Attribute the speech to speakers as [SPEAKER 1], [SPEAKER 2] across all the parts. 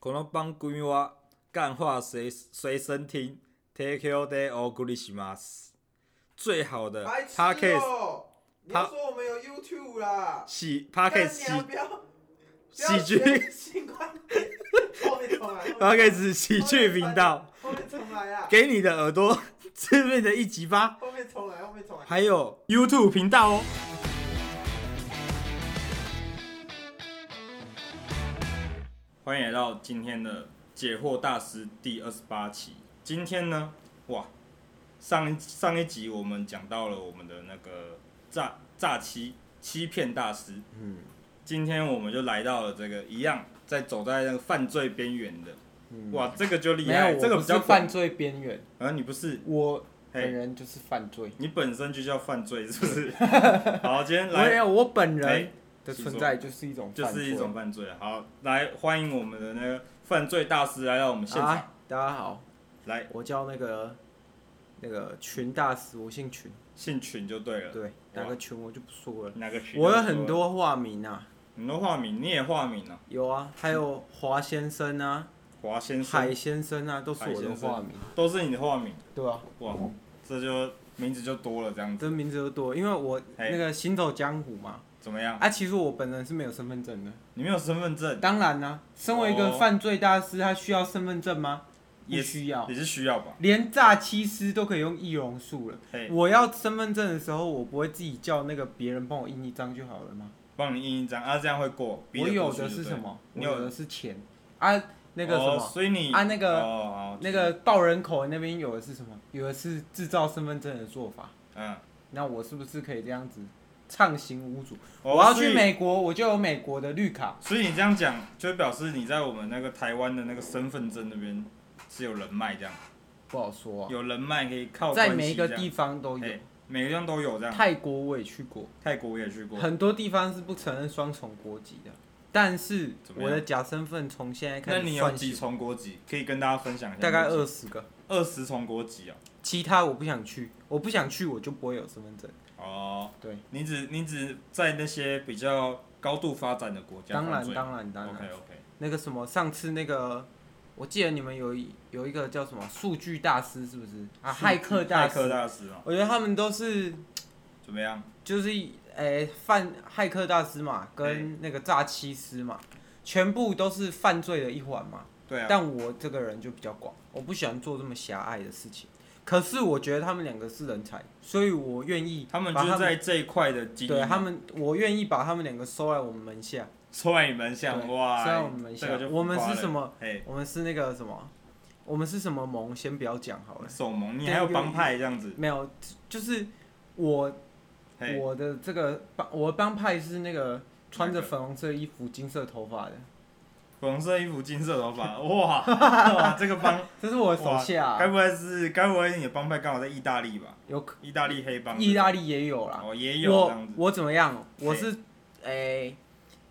[SPEAKER 1] この番組は干话随随身听，Take your day or good i s h m a s 最好的
[SPEAKER 2] 白痴
[SPEAKER 1] Podcast
[SPEAKER 2] 哦！你
[SPEAKER 1] 他
[SPEAKER 2] 要说我们有 YouTube 啦？
[SPEAKER 1] 喜 Podcast 喜
[SPEAKER 2] 干你啊不要
[SPEAKER 1] 喜剧
[SPEAKER 2] 不要学新观点，后面重来。后 面
[SPEAKER 1] Podcast 喜剧频道，，
[SPEAKER 2] 后面重来啊！
[SPEAKER 1] 给你的耳朵 致命的一击吧。
[SPEAKER 2] 后面重来，后面重来。
[SPEAKER 1] 还有 YouTube 频道哦。欢迎来到今天的解惑大师第二十八期。今天呢，哇，上一上一集我们讲到了我们的那个诈诈欺欺骗大师，
[SPEAKER 2] 嗯
[SPEAKER 1] 今天我们就来到了这个一样在走在那个犯罪边缘的，
[SPEAKER 2] 嗯，
[SPEAKER 1] 哇，这个就厉
[SPEAKER 3] 没
[SPEAKER 1] 害，
[SPEAKER 3] 有，
[SPEAKER 1] 这个
[SPEAKER 3] 我不
[SPEAKER 1] 比较
[SPEAKER 3] 是
[SPEAKER 1] 广
[SPEAKER 3] 犯，罪边缘，
[SPEAKER 1] 啊，你不是，
[SPEAKER 3] 我本
[SPEAKER 1] 嘿，
[SPEAKER 3] 人就是犯罪。
[SPEAKER 1] 你本身就叫犯罪是不 是？好，今天来
[SPEAKER 3] 没有，我本
[SPEAKER 1] 哎
[SPEAKER 3] 人的存在就是一种
[SPEAKER 1] 就
[SPEAKER 3] 犯罪。
[SPEAKER 1] 是一种犯罪。好，来欢迎我们的那个犯罪大师来到我们现场。
[SPEAKER 3] 啊！大家好，
[SPEAKER 1] 来，
[SPEAKER 3] 我叫那个那个群大师，我姓群，
[SPEAKER 1] 姓群就对了。
[SPEAKER 3] 对，哪个群我就不说了。
[SPEAKER 1] 哪个群？
[SPEAKER 3] 我有很，多化名啊，
[SPEAKER 1] 很多化名，你也化名啊，
[SPEAKER 3] 有啊，还有华先生啊、
[SPEAKER 1] 华先
[SPEAKER 3] 海
[SPEAKER 1] 生
[SPEAKER 3] 先生啊，都是我的化名。
[SPEAKER 1] 都是你的化名。
[SPEAKER 3] 对啊，
[SPEAKER 1] 哇，这就名字就多了，这样子
[SPEAKER 3] 这名字都多，因为我
[SPEAKER 1] 哎
[SPEAKER 3] 那个行走江湖嘛。
[SPEAKER 1] 怎么样？
[SPEAKER 3] 啊，其实我本人是没有身份证的。
[SPEAKER 1] 你没有身份证
[SPEAKER 3] 当然啦、身为一个
[SPEAKER 1] 哦
[SPEAKER 3] 犯罪大师，他需要身份证吗？不
[SPEAKER 1] 也
[SPEAKER 3] 需要。
[SPEAKER 1] 也是需要吧？
[SPEAKER 3] 连诈欺师都可以用易容术了。
[SPEAKER 1] 嘿，
[SPEAKER 3] 我要身份证的时候，我不会自己叫那个别人帮我印一张就好了吗？
[SPEAKER 1] 帮你印一张啊，这样会过。逼
[SPEAKER 3] 我
[SPEAKER 1] 得
[SPEAKER 3] 有
[SPEAKER 1] 过去
[SPEAKER 3] 的
[SPEAKER 1] 就是对
[SPEAKER 3] 什么？我
[SPEAKER 1] 你有
[SPEAKER 3] 有的是钱啊，那个什
[SPEAKER 1] 哦
[SPEAKER 3] 么、
[SPEAKER 1] 所以你
[SPEAKER 3] 啊那个
[SPEAKER 1] 哦好
[SPEAKER 3] 那个报人口的那边有的是什么？有的是制造身份证的做法。
[SPEAKER 1] 嗯，
[SPEAKER 3] 那我是不是可以这样子畅行无阻？
[SPEAKER 1] 哦
[SPEAKER 3] 我要
[SPEAKER 1] 所以
[SPEAKER 3] 去美国，我就有美国的绿卡。
[SPEAKER 1] 所以你这样讲，就表示你在我们那个台湾的那个身份证那边是有人脉，这样
[SPEAKER 3] 不好说、啊，
[SPEAKER 1] 有人脉可以靠关
[SPEAKER 3] 在
[SPEAKER 1] 系
[SPEAKER 3] 每一个
[SPEAKER 1] 这样
[SPEAKER 3] 地方都有
[SPEAKER 1] 哎。每个地方都有这样。
[SPEAKER 3] 泰国我也去过，
[SPEAKER 1] 泰国我也去过，
[SPEAKER 3] 很多地方是不承认双重国籍的。但是
[SPEAKER 1] 怎么样
[SPEAKER 3] 我的假身份从现在
[SPEAKER 1] 那
[SPEAKER 3] 开
[SPEAKER 1] 你
[SPEAKER 3] 始
[SPEAKER 1] 有
[SPEAKER 3] 算
[SPEAKER 1] 几
[SPEAKER 3] 起，
[SPEAKER 1] 重国籍？可以跟大家分享一下。
[SPEAKER 3] 大概二十个，
[SPEAKER 1] 二十重国籍啊。
[SPEAKER 3] 其他我不想去，我不想去我就不会有身份证。
[SPEAKER 1] 哦，
[SPEAKER 3] 对，
[SPEAKER 1] 你只你只在那些比较高度发展的国家
[SPEAKER 3] 当
[SPEAKER 1] 犯
[SPEAKER 3] 然
[SPEAKER 1] 罪。
[SPEAKER 3] 当然当然
[SPEAKER 1] OK 哦 OK，
[SPEAKER 3] 那个什么，上次那个，我记得你们有一有一个叫什么数据大师是不是啊？骇客大
[SPEAKER 1] 骇客
[SPEAKER 3] 师，
[SPEAKER 1] 大师哦，
[SPEAKER 3] 我觉得他们都是
[SPEAKER 1] 怎么样？
[SPEAKER 3] 就是诶、犯骇客大师嘛，跟那个诈欺师嘛，全部都是犯罪的一环嘛。
[SPEAKER 1] 对啊，
[SPEAKER 3] 但我这个人就比较广，我不喜欢做这么狭隘的事情。可是我觉得他们两个是人才，所以我愿意
[SPEAKER 1] 他们
[SPEAKER 3] 把
[SPEAKER 1] 就是在啊这一块的精英。
[SPEAKER 3] 对他们，我愿意把他们两个收在我们门下。
[SPEAKER 1] 说来你们像
[SPEAKER 3] 对
[SPEAKER 1] 哇，哎
[SPEAKER 3] 收在我们门
[SPEAKER 1] 这
[SPEAKER 3] 下
[SPEAKER 1] 个就。
[SPEAKER 3] 我们
[SPEAKER 1] 浮夸
[SPEAKER 3] 是
[SPEAKER 1] 了
[SPEAKER 3] 什么？
[SPEAKER 1] 嘿，
[SPEAKER 3] 我们是那个什么？我们是什么盟？先不要讲好了。
[SPEAKER 1] 手盟，你
[SPEAKER 3] 对
[SPEAKER 1] 还有
[SPEAKER 3] 有
[SPEAKER 1] 帮派这样子，
[SPEAKER 3] 没有，就是我
[SPEAKER 1] 嘿，
[SPEAKER 3] 我的这个帮，我的帮派是那个穿着
[SPEAKER 1] 哪个
[SPEAKER 3] 粉红色衣服、金色头发的，
[SPEAKER 1] 粉红色衣服，金色头 发，哇，哇这个帮，
[SPEAKER 3] 这是我的手下啊、
[SPEAKER 1] 该不会是该不会你的帮派刚好在意大利吧？
[SPEAKER 3] 有可
[SPEAKER 1] 意大利黑帮，
[SPEAKER 3] 意大利也有啦。
[SPEAKER 1] 哦也有这
[SPEAKER 3] 我
[SPEAKER 1] 样子，
[SPEAKER 3] 我怎么样？
[SPEAKER 1] 嘿
[SPEAKER 3] 我是诶、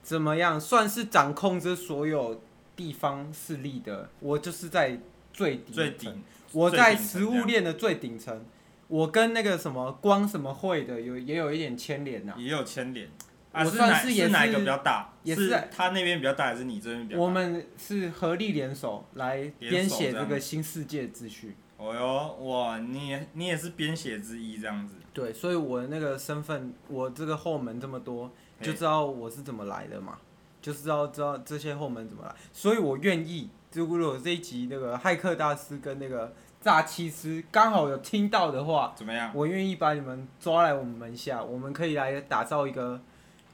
[SPEAKER 3] 怎么样？算是掌控这所有地方势力的，我就是在最底层
[SPEAKER 1] 最顶，
[SPEAKER 3] 我在
[SPEAKER 1] 最
[SPEAKER 3] 食
[SPEAKER 1] 顶层这
[SPEAKER 3] 物
[SPEAKER 1] 样
[SPEAKER 3] 链的最顶层。我跟那个什么光什么会的有也有一点牵连啊呐、
[SPEAKER 1] 也有牵连，啊
[SPEAKER 3] 我
[SPEAKER 1] 是
[SPEAKER 3] 算
[SPEAKER 1] 哪
[SPEAKER 3] 是也
[SPEAKER 1] 哪一个
[SPEAKER 3] 是
[SPEAKER 1] 比较大？
[SPEAKER 3] 也
[SPEAKER 1] 是
[SPEAKER 3] 是在
[SPEAKER 1] 他那边比较大，还是你这边比较大？
[SPEAKER 3] 我们是合力联手来编写这个新世界秩序。
[SPEAKER 1] 哦哟，哇，你也你也是编写之一这样子，
[SPEAKER 3] 对，所以我的那个身份，我这个后门这么多，
[SPEAKER 1] 嘿
[SPEAKER 3] 就知道我是怎么来的嘛，就知道知道这些后门怎么来，所以我愿意。如果这一集那个骇客大师跟那个诈欺师刚好有听到的话，
[SPEAKER 1] 怎么样？
[SPEAKER 3] 我愿意把你们抓来我们门下，我们可以来打造一个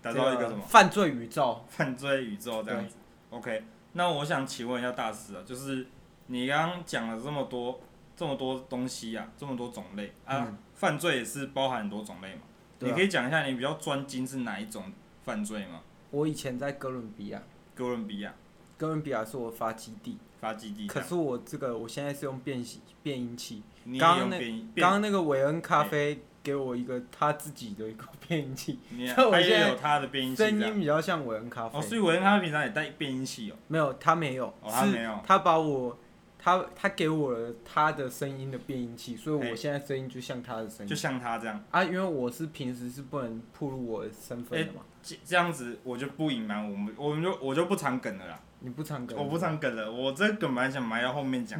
[SPEAKER 1] 打造一
[SPEAKER 3] 这
[SPEAKER 1] 个什么？
[SPEAKER 3] 犯罪宇宙。
[SPEAKER 1] 犯罪宇宙这样子。OK，那我想请问一下大师啊，就是你刚刚讲了这么多这么多东西啊，这么多种类啊，
[SPEAKER 3] 嗯
[SPEAKER 1] 犯罪也是包含很多种类嘛？
[SPEAKER 3] 对啊
[SPEAKER 1] 你可以讲一下你比较专精是哪一种犯罪吗？
[SPEAKER 3] 我以前在哥伦比亚，
[SPEAKER 1] 哥伦比亚
[SPEAKER 3] 哥伦比亚是我发基地，
[SPEAKER 1] 发基地这
[SPEAKER 3] 可
[SPEAKER 1] 样，
[SPEAKER 3] 是我这个我现在是用变形变音器，
[SPEAKER 1] 你也
[SPEAKER 3] 刚刚
[SPEAKER 1] 用
[SPEAKER 3] 那
[SPEAKER 1] 变
[SPEAKER 3] 刚
[SPEAKER 1] 变，
[SPEAKER 3] 刚那个韦恩咖啡给我一个他自己的一个 变音器，
[SPEAKER 1] 你也
[SPEAKER 3] 所以 我
[SPEAKER 1] 他
[SPEAKER 3] 现
[SPEAKER 1] 也
[SPEAKER 3] 在
[SPEAKER 1] 有他的变音器
[SPEAKER 3] 声
[SPEAKER 1] 这样。
[SPEAKER 3] 音比较像韦恩咖啡。
[SPEAKER 1] 哦，所以我跟他平常也带变音器哦。
[SPEAKER 3] 没有，他没有，
[SPEAKER 1] 哦他
[SPEAKER 3] 是
[SPEAKER 1] 没有
[SPEAKER 3] 他把我他他给我了他的声音的变音器，所以
[SPEAKER 1] 哎
[SPEAKER 3] 我现在声音就像他的声
[SPEAKER 1] 就
[SPEAKER 3] 音。
[SPEAKER 1] 像他这样，
[SPEAKER 3] 啊，因为我是平时是不能暴露我的身份的嘛，
[SPEAKER 1] 这这样子我就不隐瞒，我们我们就我就不藏梗了啦。
[SPEAKER 3] 你不唱歌？
[SPEAKER 1] 哎我不。唱梗了，我这梗本来想埋到后面讲。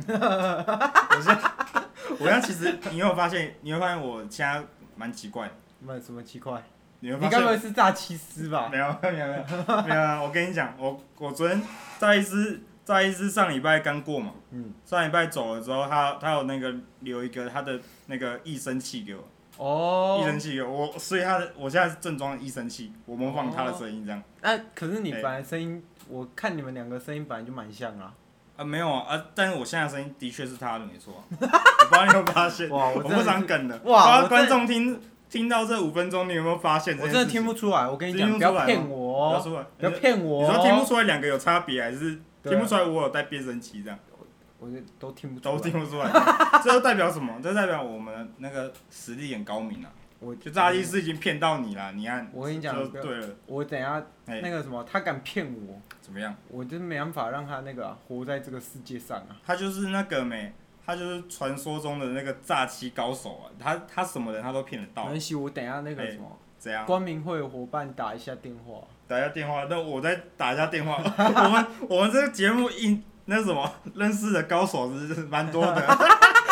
[SPEAKER 1] 我现在，我现在其实你有发现，你会发现我现在蛮奇怪的，
[SPEAKER 3] 蛮什么奇怪？
[SPEAKER 1] 你会
[SPEAKER 3] 你
[SPEAKER 1] 发
[SPEAKER 3] 该不会
[SPEAKER 1] 现？
[SPEAKER 3] 是诈欺师吧？
[SPEAKER 1] 没有没有没有没有啊，我跟你讲，我我昨天在一次在一次上礼拜刚过嘛，
[SPEAKER 3] 嗯，
[SPEAKER 1] 上礼拜走了之后，他他有那个留一个他的那个益生气给我，益
[SPEAKER 3] 哦
[SPEAKER 1] 生，气给我，我所以他的我现在是正装益生气，我模仿他的声音这样。
[SPEAKER 3] 那可是你
[SPEAKER 1] 哎
[SPEAKER 3] 本来声音，我看你们两个声音本来就蛮像啊。
[SPEAKER 1] 啊，没有啊，啊，但是我现在的声音的确是他的，没错啊、我不知道你有没有发现，
[SPEAKER 3] 哇，
[SPEAKER 1] 哎哦我
[SPEAKER 3] 我真
[SPEAKER 1] 不
[SPEAKER 3] 的
[SPEAKER 1] 想
[SPEAKER 3] 是，
[SPEAKER 1] 梗的。
[SPEAKER 3] 哇
[SPEAKER 1] 不知道
[SPEAKER 3] 我
[SPEAKER 1] 观
[SPEAKER 3] 真
[SPEAKER 1] 众听听到这五分钟，你有没有发现这
[SPEAKER 3] 我
[SPEAKER 1] 件
[SPEAKER 3] 真
[SPEAKER 1] 事情？
[SPEAKER 3] 的听不出来。我跟你讲，
[SPEAKER 1] 听不
[SPEAKER 3] 不
[SPEAKER 1] 出来吗
[SPEAKER 3] 要骗
[SPEAKER 1] 不
[SPEAKER 3] 我
[SPEAKER 1] 要
[SPEAKER 3] 哦，
[SPEAKER 1] 说
[SPEAKER 3] 不要骗我
[SPEAKER 1] 你
[SPEAKER 3] 哦。
[SPEAKER 1] 说听不出来两个有差别，还是
[SPEAKER 3] 对啊
[SPEAKER 1] 听不出来我有带变声器这样？
[SPEAKER 3] 我就都听不出来。
[SPEAKER 1] 都听不 出来，这就代表什么？这代表我们那个实力很高明啊！
[SPEAKER 3] 我
[SPEAKER 1] 就炸鸡是已经骗到你了，你看，
[SPEAKER 3] 我跟你讲
[SPEAKER 1] 就
[SPEAKER 3] 不要
[SPEAKER 1] 对了，
[SPEAKER 3] 我等一下
[SPEAKER 1] 哎、
[SPEAKER 3] 那个什么，他敢骗我，
[SPEAKER 1] 怎么样？
[SPEAKER 3] 我真没办法让他那个啊、活在这个世界上啊。
[SPEAKER 1] 他就是那个没，他就是传说中的那个诈欺高手啊！他他什么人他都骗得
[SPEAKER 3] 没
[SPEAKER 1] 到，
[SPEAKER 3] 关系，我等一下那个
[SPEAKER 1] 哎
[SPEAKER 3] 什么，
[SPEAKER 1] 怎样？
[SPEAKER 3] 光明会的伙伴打一下电话。
[SPEAKER 1] 打一下电话，那我再打一下电话。 我们我们这个节目应那什么认识的高手是蛮多的，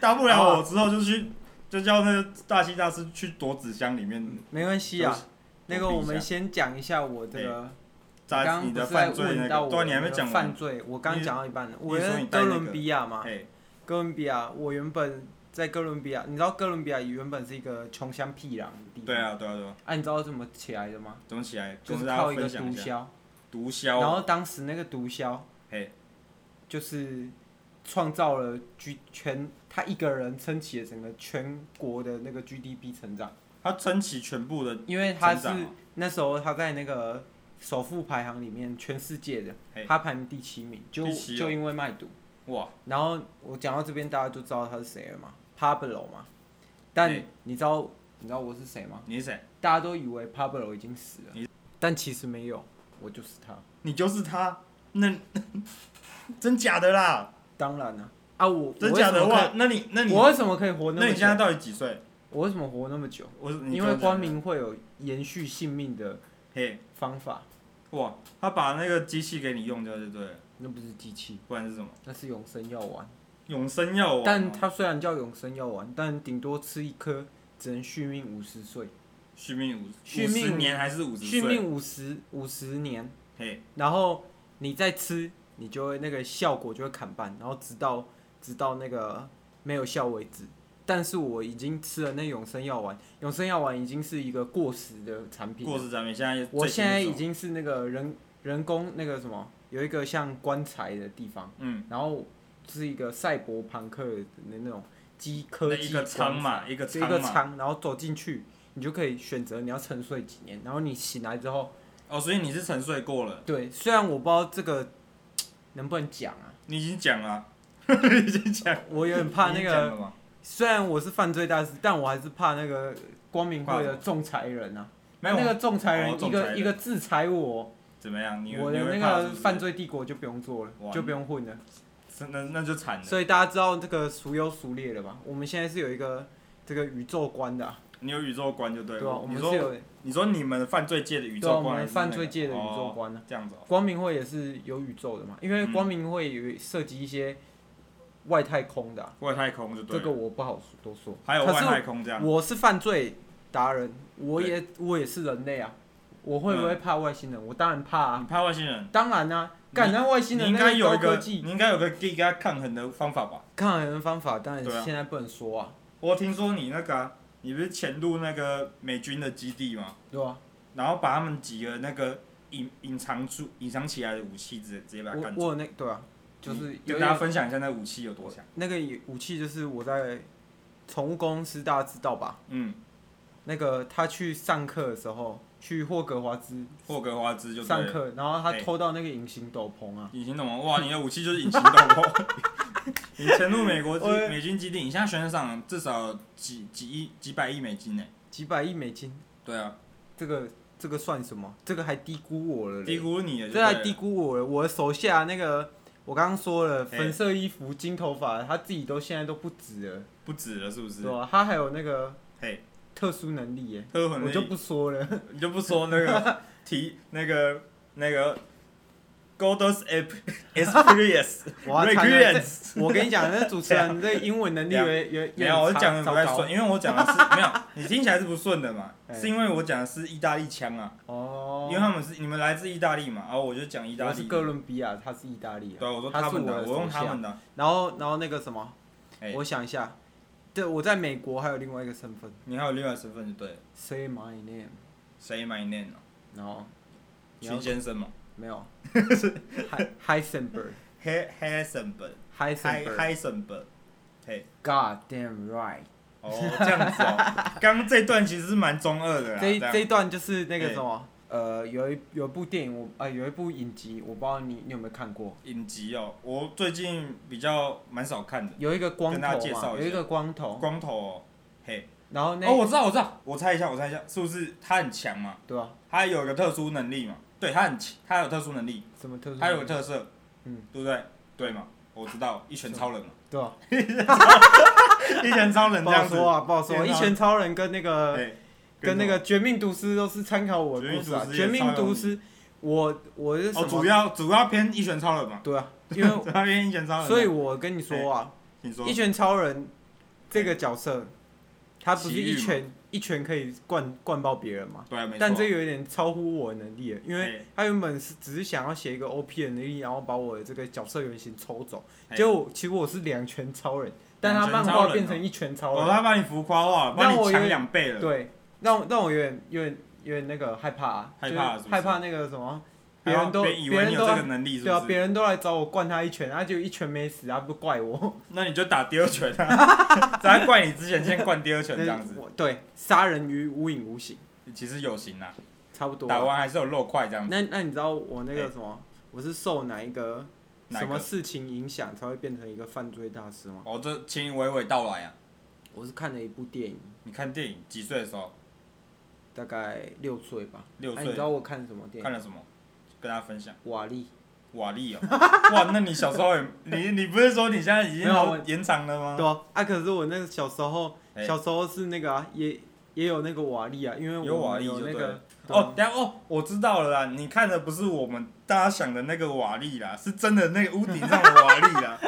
[SPEAKER 1] 大不了我之后就去就叫那个大西大师去躲纸箱里面
[SPEAKER 3] 没关系啊
[SPEAKER 1] 都是，
[SPEAKER 3] 那个
[SPEAKER 1] 我比一
[SPEAKER 3] 我
[SPEAKER 1] 下哎
[SPEAKER 3] 们先讲一下我这个，你
[SPEAKER 1] 炸
[SPEAKER 3] 刚
[SPEAKER 1] 你
[SPEAKER 3] 刚不
[SPEAKER 1] 的
[SPEAKER 3] 是在
[SPEAKER 1] 犯罪
[SPEAKER 3] 问
[SPEAKER 1] 那
[SPEAKER 3] 到
[SPEAKER 1] 个，
[SPEAKER 3] 我
[SPEAKER 1] 对啊，你还没
[SPEAKER 3] 的
[SPEAKER 1] 讲完
[SPEAKER 3] 犯。罪，我刚刚讲到一半了。我
[SPEAKER 1] 你说
[SPEAKER 3] 在
[SPEAKER 1] 你带
[SPEAKER 3] 哥
[SPEAKER 1] 那个
[SPEAKER 3] 伦比亚嘛，
[SPEAKER 1] 哎，
[SPEAKER 3] 哥伦比亚，我原本在哥伦比亚，你知道哥伦比亚原本是一个穷乡僻壤的地方，
[SPEAKER 1] 对，啊，对啊，对啊，
[SPEAKER 3] 啊，你知道怎么起来的吗？
[SPEAKER 1] 怎么起来？
[SPEAKER 3] 就
[SPEAKER 1] 跟
[SPEAKER 3] 是
[SPEAKER 1] 大家
[SPEAKER 3] 靠一个
[SPEAKER 1] 分
[SPEAKER 3] 毒
[SPEAKER 1] 享一下。
[SPEAKER 3] 枭，
[SPEAKER 1] 毒枭，
[SPEAKER 3] 然后当时那个毒枭
[SPEAKER 1] 嘿，
[SPEAKER 3] 就是创造了 G 全，他一个人撑起了整个全国的那个 GDP 成长，
[SPEAKER 1] 他撑起全部的，
[SPEAKER 3] 因为他
[SPEAKER 1] 成长
[SPEAKER 3] 是
[SPEAKER 1] 哦
[SPEAKER 3] 那时候他在那个首富排行里面全世界的
[SPEAKER 1] 嘿，
[SPEAKER 3] 他排名第七名，就
[SPEAKER 1] 第七哦
[SPEAKER 3] 就因为卖毒。
[SPEAKER 1] 哎哇，
[SPEAKER 3] 然后我讲到这边，大家就知道他是谁了嘛，Pablo 嘛。但
[SPEAKER 1] 对
[SPEAKER 3] 你知道你知道我是谁吗？
[SPEAKER 1] 你是谁？
[SPEAKER 3] 大家都以为 Pablo 已经死了
[SPEAKER 1] 你，
[SPEAKER 3] 但其实没有，我就是他。
[SPEAKER 1] 你就是他，那 真假的啦，
[SPEAKER 3] 当然了、啊，我
[SPEAKER 1] 真假的
[SPEAKER 3] 我
[SPEAKER 1] 哇，那你那
[SPEAKER 3] 为什么可以
[SPEAKER 1] 你
[SPEAKER 3] 我为什么可以活那
[SPEAKER 1] 那
[SPEAKER 3] 么
[SPEAKER 1] 你现在
[SPEAKER 3] 久？
[SPEAKER 1] 到底几岁？
[SPEAKER 3] 我为什么活那么久？
[SPEAKER 1] 我你
[SPEAKER 3] 因
[SPEAKER 1] 跟
[SPEAKER 3] 为
[SPEAKER 1] 我讲
[SPEAKER 3] 光明会有延续性命的
[SPEAKER 1] 嘿，
[SPEAKER 3] 方法，
[SPEAKER 1] 哇，他把那个机器给你用掉就对了，
[SPEAKER 3] 那不是机器，
[SPEAKER 1] 不然是什么？
[SPEAKER 3] 那是永生药丸。
[SPEAKER 1] 永生药丸哦、
[SPEAKER 3] 但它虽然叫永生药丸，但顶多吃一颗，只能续命五十岁，
[SPEAKER 1] 续命五
[SPEAKER 3] 续
[SPEAKER 1] 五
[SPEAKER 3] 命
[SPEAKER 1] 十年还是五十岁？
[SPEAKER 3] 续命五十五十年。
[SPEAKER 1] 嘿，
[SPEAKER 3] 然后你再吃，你就会那个效果就会砍半，然后直到直到那个没有效为止。但是我已经吃了那永生药丸，永生药丸已经是一个过时的产品了。
[SPEAKER 1] 过世咱们现在
[SPEAKER 3] 我
[SPEAKER 1] 最新
[SPEAKER 3] 现
[SPEAKER 1] 一
[SPEAKER 3] 在已
[SPEAKER 1] 种
[SPEAKER 3] 经是那个人人工那个什么，有一个像棺材的地方，
[SPEAKER 1] 嗯，
[SPEAKER 3] 然后是一个赛博朋克的那种机科
[SPEAKER 1] 那
[SPEAKER 3] 技
[SPEAKER 1] 一个仓
[SPEAKER 3] 棺材
[SPEAKER 1] 嘛，一个
[SPEAKER 3] 就
[SPEAKER 1] 仓
[SPEAKER 3] 一个
[SPEAKER 1] 嘛。
[SPEAKER 3] 舱，然后走进去，你就可以选择你要沉睡几年，然后你醒来之后。
[SPEAKER 1] 哦，所以你是沉睡过了，
[SPEAKER 3] 对，虽然我不知道这个能不能讲啊，
[SPEAKER 1] 你已经讲了， 你已经讲，
[SPEAKER 3] 我有点怕
[SPEAKER 1] 你已
[SPEAKER 3] 那
[SPEAKER 1] 经讲
[SPEAKER 3] 个。
[SPEAKER 1] 了嘛。
[SPEAKER 3] 虽然我是犯罪大师，但我还是怕那个光明会的仲裁人啊。
[SPEAKER 1] 没有
[SPEAKER 3] 那个仲裁人
[SPEAKER 1] 哦
[SPEAKER 3] 一
[SPEAKER 1] 仲裁
[SPEAKER 3] 个
[SPEAKER 1] 人
[SPEAKER 3] 一个制裁我，
[SPEAKER 1] 怎么样？你
[SPEAKER 3] 我
[SPEAKER 1] 你
[SPEAKER 3] 的
[SPEAKER 1] 会
[SPEAKER 3] 那
[SPEAKER 1] 怕
[SPEAKER 3] 个
[SPEAKER 1] 是不嗯是
[SPEAKER 3] 犯罪帝国就不用做了
[SPEAKER 1] 哇，
[SPEAKER 3] 就不用混了。
[SPEAKER 1] 是那那就惨了。
[SPEAKER 3] 所以大家知道这个孰优孰劣了吧？我们现在是有一个这个宇宙观的啊、
[SPEAKER 1] 你有宇宙观就对
[SPEAKER 3] 对
[SPEAKER 1] 了。
[SPEAKER 3] 吧、我
[SPEAKER 1] 你
[SPEAKER 3] 们是
[SPEAKER 1] 说
[SPEAKER 3] 有
[SPEAKER 1] 你说你们犯罪界的宇
[SPEAKER 3] 对啊、
[SPEAKER 1] 宙
[SPEAKER 3] 我
[SPEAKER 1] 观还
[SPEAKER 3] 们
[SPEAKER 1] 是那个，
[SPEAKER 3] 犯罪界的宇宙
[SPEAKER 1] 哦
[SPEAKER 3] 观呢、
[SPEAKER 1] 这样子哦。
[SPEAKER 3] 光明会也是有宇宙的嘛，因为
[SPEAKER 1] 嗯
[SPEAKER 3] 光明会有涉及一些外太空的啊、
[SPEAKER 1] 外太空就对
[SPEAKER 3] 这个
[SPEAKER 1] 了，
[SPEAKER 3] 我不好多说。
[SPEAKER 1] 还有
[SPEAKER 3] 可
[SPEAKER 1] 外
[SPEAKER 3] 是
[SPEAKER 1] 太空这样。
[SPEAKER 3] 我是犯罪达人，我也我也是人类啊，我会不
[SPEAKER 1] 嗯
[SPEAKER 3] 会怕外星人？我当然怕啊，
[SPEAKER 1] 你怕外星人？
[SPEAKER 3] 当然啊，干那外星
[SPEAKER 1] 你
[SPEAKER 3] 人
[SPEAKER 1] 应该
[SPEAKER 3] 那
[SPEAKER 1] 有
[SPEAKER 3] 个
[SPEAKER 1] 一
[SPEAKER 3] 高科
[SPEAKER 1] 个，
[SPEAKER 3] 技，
[SPEAKER 1] 你应该有个可以跟他抗衡的方法吧？
[SPEAKER 3] 抗衡方法当然
[SPEAKER 1] 对啊
[SPEAKER 3] 现在不能说啊，
[SPEAKER 1] 我听说你那个啊、你不是潜入那个美军的基地吗？
[SPEAKER 3] 对吧？
[SPEAKER 1] 然后把他们几个那个隐隐藏住、隐藏起来的武器直接直接把它
[SPEAKER 3] 我
[SPEAKER 1] 干走。
[SPEAKER 3] 我有那对啊，就是
[SPEAKER 1] 你跟
[SPEAKER 3] 有一
[SPEAKER 1] 大家
[SPEAKER 3] 个
[SPEAKER 1] 分享一下那武器有多强。
[SPEAKER 3] 那个武器就是我在宠物公司大家知道吧？
[SPEAKER 1] 嗯，
[SPEAKER 3] 那个他去上课的时候，去霍格华兹
[SPEAKER 1] 霍格华兹就对
[SPEAKER 3] 上
[SPEAKER 1] 了。
[SPEAKER 3] 课，然后他
[SPEAKER 1] 哎
[SPEAKER 3] 偷到那个隐形斗篷啊，
[SPEAKER 1] 隐形斗篷，哇，你的武器就是隐形斗篷。 你潜入美国基
[SPEAKER 3] 我
[SPEAKER 1] 美军基地，你现在悬赏至少几几亿、几百亿美金呢？
[SPEAKER 3] 几百亿美金，
[SPEAKER 1] 对啊，
[SPEAKER 3] 这个这个算什么？这个还低估我了嘞，
[SPEAKER 1] 低估你了就
[SPEAKER 3] 这
[SPEAKER 1] 对了。
[SPEAKER 3] 还啊低估我了。我的手下那个，我刚刚说了，
[SPEAKER 1] 哎
[SPEAKER 3] 粉色衣服、金头发，他自己都现在都不止了，
[SPEAKER 1] 不止了，是不是
[SPEAKER 3] 对？啊吧、他还有那个
[SPEAKER 1] 嘿，
[SPEAKER 3] 特殊能力耶，
[SPEAKER 1] 特魂
[SPEAKER 3] 我
[SPEAKER 1] 的
[SPEAKER 3] 就不说了。
[SPEAKER 1] 你就不说那个提那个那个 Goldos App Experience
[SPEAKER 3] 我
[SPEAKER 1] r e g
[SPEAKER 3] 要惨
[SPEAKER 1] r e
[SPEAKER 3] 了
[SPEAKER 1] n！c
[SPEAKER 3] 这 我跟你讲，那主持人这英文能力有有有
[SPEAKER 1] 没有，我讲的不
[SPEAKER 3] 糟
[SPEAKER 1] 太
[SPEAKER 3] 糕
[SPEAKER 1] 顺，因为我讲的 是没有，你听起来是不顺的嘛，
[SPEAKER 3] 哎
[SPEAKER 1] 是因为我讲的是意大利腔啊，
[SPEAKER 3] 哦
[SPEAKER 1] 因，为他们是你们来自意大利嘛，然后我就讲意大
[SPEAKER 3] 我
[SPEAKER 1] 利
[SPEAKER 3] 是，哥伦比亚，他是意大利啊，
[SPEAKER 1] 对啊，我说
[SPEAKER 3] 他
[SPEAKER 1] 他
[SPEAKER 3] 是
[SPEAKER 1] 们的，
[SPEAKER 3] 我的
[SPEAKER 1] 我用
[SPEAKER 3] 手下
[SPEAKER 1] 他们的啊，
[SPEAKER 3] 然后然后那个什么
[SPEAKER 1] 哎，
[SPEAKER 3] 我想一下，对，我在美国还有另外一个身份
[SPEAKER 1] 你还有另外身份就对了
[SPEAKER 3] ，Say my name，
[SPEAKER 1] ，Say my name 哦，
[SPEAKER 3] 然后你要
[SPEAKER 1] 徐先生嘛
[SPEAKER 3] 没有，Heisenberg，Heisenberg，God
[SPEAKER 1] ，He Heisenberg，He Heisenberg，嘿，
[SPEAKER 3] damn right。
[SPEAKER 1] 哦，这样子哦，刚刚这段其实是蛮中二的啦，
[SPEAKER 3] 这一
[SPEAKER 1] 啊样
[SPEAKER 3] 这一段就是那个什么，呃，有一有一部电影我啊、有一部影集，我不知道你你有没有看过，
[SPEAKER 1] 影集哦，我最近比较蛮少看的，
[SPEAKER 3] 有一个光
[SPEAKER 1] 跟大家
[SPEAKER 3] 头
[SPEAKER 1] 介绍
[SPEAKER 3] 嘛，
[SPEAKER 1] 一下
[SPEAKER 3] 有一个光头，
[SPEAKER 1] 光头哦，嘿，
[SPEAKER 3] 然后那、
[SPEAKER 1] 哦，我知道，我知道，我猜一下，我猜一下，是不是他很强嘛？
[SPEAKER 3] 对吧、
[SPEAKER 1] 他有一个特殊能力嘛？对，他很强，他有特殊能力，
[SPEAKER 3] 什么特殊？
[SPEAKER 1] 他有个特色，
[SPEAKER 3] 嗯，
[SPEAKER 1] 对不对？对嘛？我知道，一拳超人嘛，
[SPEAKER 3] 对吧、
[SPEAKER 1] 一拳超人
[SPEAKER 3] 不
[SPEAKER 1] 这
[SPEAKER 3] 好
[SPEAKER 1] 样子
[SPEAKER 3] 说，啊，不好说。
[SPEAKER 1] 天哪
[SPEAKER 3] 一拳超人跟那个
[SPEAKER 1] 对，
[SPEAKER 3] 跟那
[SPEAKER 1] 哦
[SPEAKER 3] 个绝命毒师都是参考我的故事啊。
[SPEAKER 1] 绝
[SPEAKER 3] 绝
[SPEAKER 1] 命
[SPEAKER 3] 命
[SPEAKER 1] 毒
[SPEAKER 3] 毒
[SPEAKER 1] 师
[SPEAKER 3] 师，我我是什
[SPEAKER 1] 哦，主
[SPEAKER 3] 么？
[SPEAKER 1] 要主要偏一 拳超人嘛，
[SPEAKER 3] 对啊，因为
[SPEAKER 1] 主要偏一拳超人嘛，
[SPEAKER 3] 所以我跟你说啊，
[SPEAKER 1] 你说
[SPEAKER 3] 一拳超人这个角色，他不是
[SPEAKER 1] 奇遇
[SPEAKER 3] 一
[SPEAKER 1] 嘛
[SPEAKER 3] 拳一拳可以灌灌爆别人嘛？
[SPEAKER 1] 对，啊没错，哎
[SPEAKER 3] 但这有点超乎我的能力了，因为
[SPEAKER 1] 为
[SPEAKER 3] 他原本是只是想要写一个 OP 的能力，然后把我的这个角色原型抽走。
[SPEAKER 1] 哎
[SPEAKER 3] 结果其实我是两拳超人，但他漫画变成一拳超
[SPEAKER 1] 哦，
[SPEAKER 3] 人，
[SPEAKER 1] 他把你浮夸化了，把
[SPEAKER 3] 让我
[SPEAKER 1] 你
[SPEAKER 3] 有
[SPEAKER 1] 强
[SPEAKER 3] 点
[SPEAKER 1] 两倍了，
[SPEAKER 3] 对，让我让我有点有点有点那个害怕啊，
[SPEAKER 1] 害怕
[SPEAKER 3] 就是
[SPEAKER 1] 不是
[SPEAKER 3] 害怕那个什么，别
[SPEAKER 1] 然后
[SPEAKER 3] 人都
[SPEAKER 1] 以
[SPEAKER 3] 别
[SPEAKER 1] 为你
[SPEAKER 3] 人
[SPEAKER 1] 有
[SPEAKER 3] 都
[SPEAKER 1] 这个能力，是
[SPEAKER 3] 对啊，
[SPEAKER 1] 不
[SPEAKER 3] 别
[SPEAKER 1] 是？
[SPEAKER 3] 人都来找我灌他一拳，他就一拳没死，他不怪我，
[SPEAKER 1] 那你就打第二拳啊， 只要怪你之前先灌第二拳这样子，
[SPEAKER 3] 我对，杀人于无影无形，
[SPEAKER 1] 其实有型啊，
[SPEAKER 3] 差不多啊。
[SPEAKER 1] 打完还是有肉块这样子，
[SPEAKER 3] 那那你知道我那
[SPEAKER 1] 哎
[SPEAKER 3] 个什么，我是受哪一个
[SPEAKER 1] 哪一
[SPEAKER 3] 什么
[SPEAKER 1] 个
[SPEAKER 3] 事情影响才会变成一个犯罪大师吗？
[SPEAKER 1] 哦，这请你娓娓道来啊。
[SPEAKER 3] 我是看了一部电影，
[SPEAKER 1] 你看电影几岁的时候？
[SPEAKER 3] 大概六岁吧。
[SPEAKER 1] 六
[SPEAKER 3] 哎
[SPEAKER 1] 岁
[SPEAKER 3] 你知道我看什么电
[SPEAKER 1] 看
[SPEAKER 3] 影？
[SPEAKER 1] 了什么？跟大家分享。
[SPEAKER 3] 瓦力。
[SPEAKER 1] 瓦力哦，哇，那你小时候也，你你不是说你现在已经
[SPEAKER 3] 没有
[SPEAKER 1] 好
[SPEAKER 3] 我
[SPEAKER 1] 延长了
[SPEAKER 3] 对
[SPEAKER 1] 吗？
[SPEAKER 3] 啊，啊，可是我那个小时候，
[SPEAKER 1] 哎
[SPEAKER 3] 小时候是那个、啊、也也有那个瓦力啊，因为
[SPEAKER 1] 有
[SPEAKER 3] 我
[SPEAKER 1] 瓦
[SPEAKER 3] 们
[SPEAKER 1] 力
[SPEAKER 3] 有
[SPEAKER 1] 就
[SPEAKER 3] 那
[SPEAKER 1] 对了
[SPEAKER 3] 个
[SPEAKER 1] 哦，，等一下哦，我知道了啦，你看的不是我们大家想的那个瓦力啦，是真的那个屋顶上的瓦力 啦。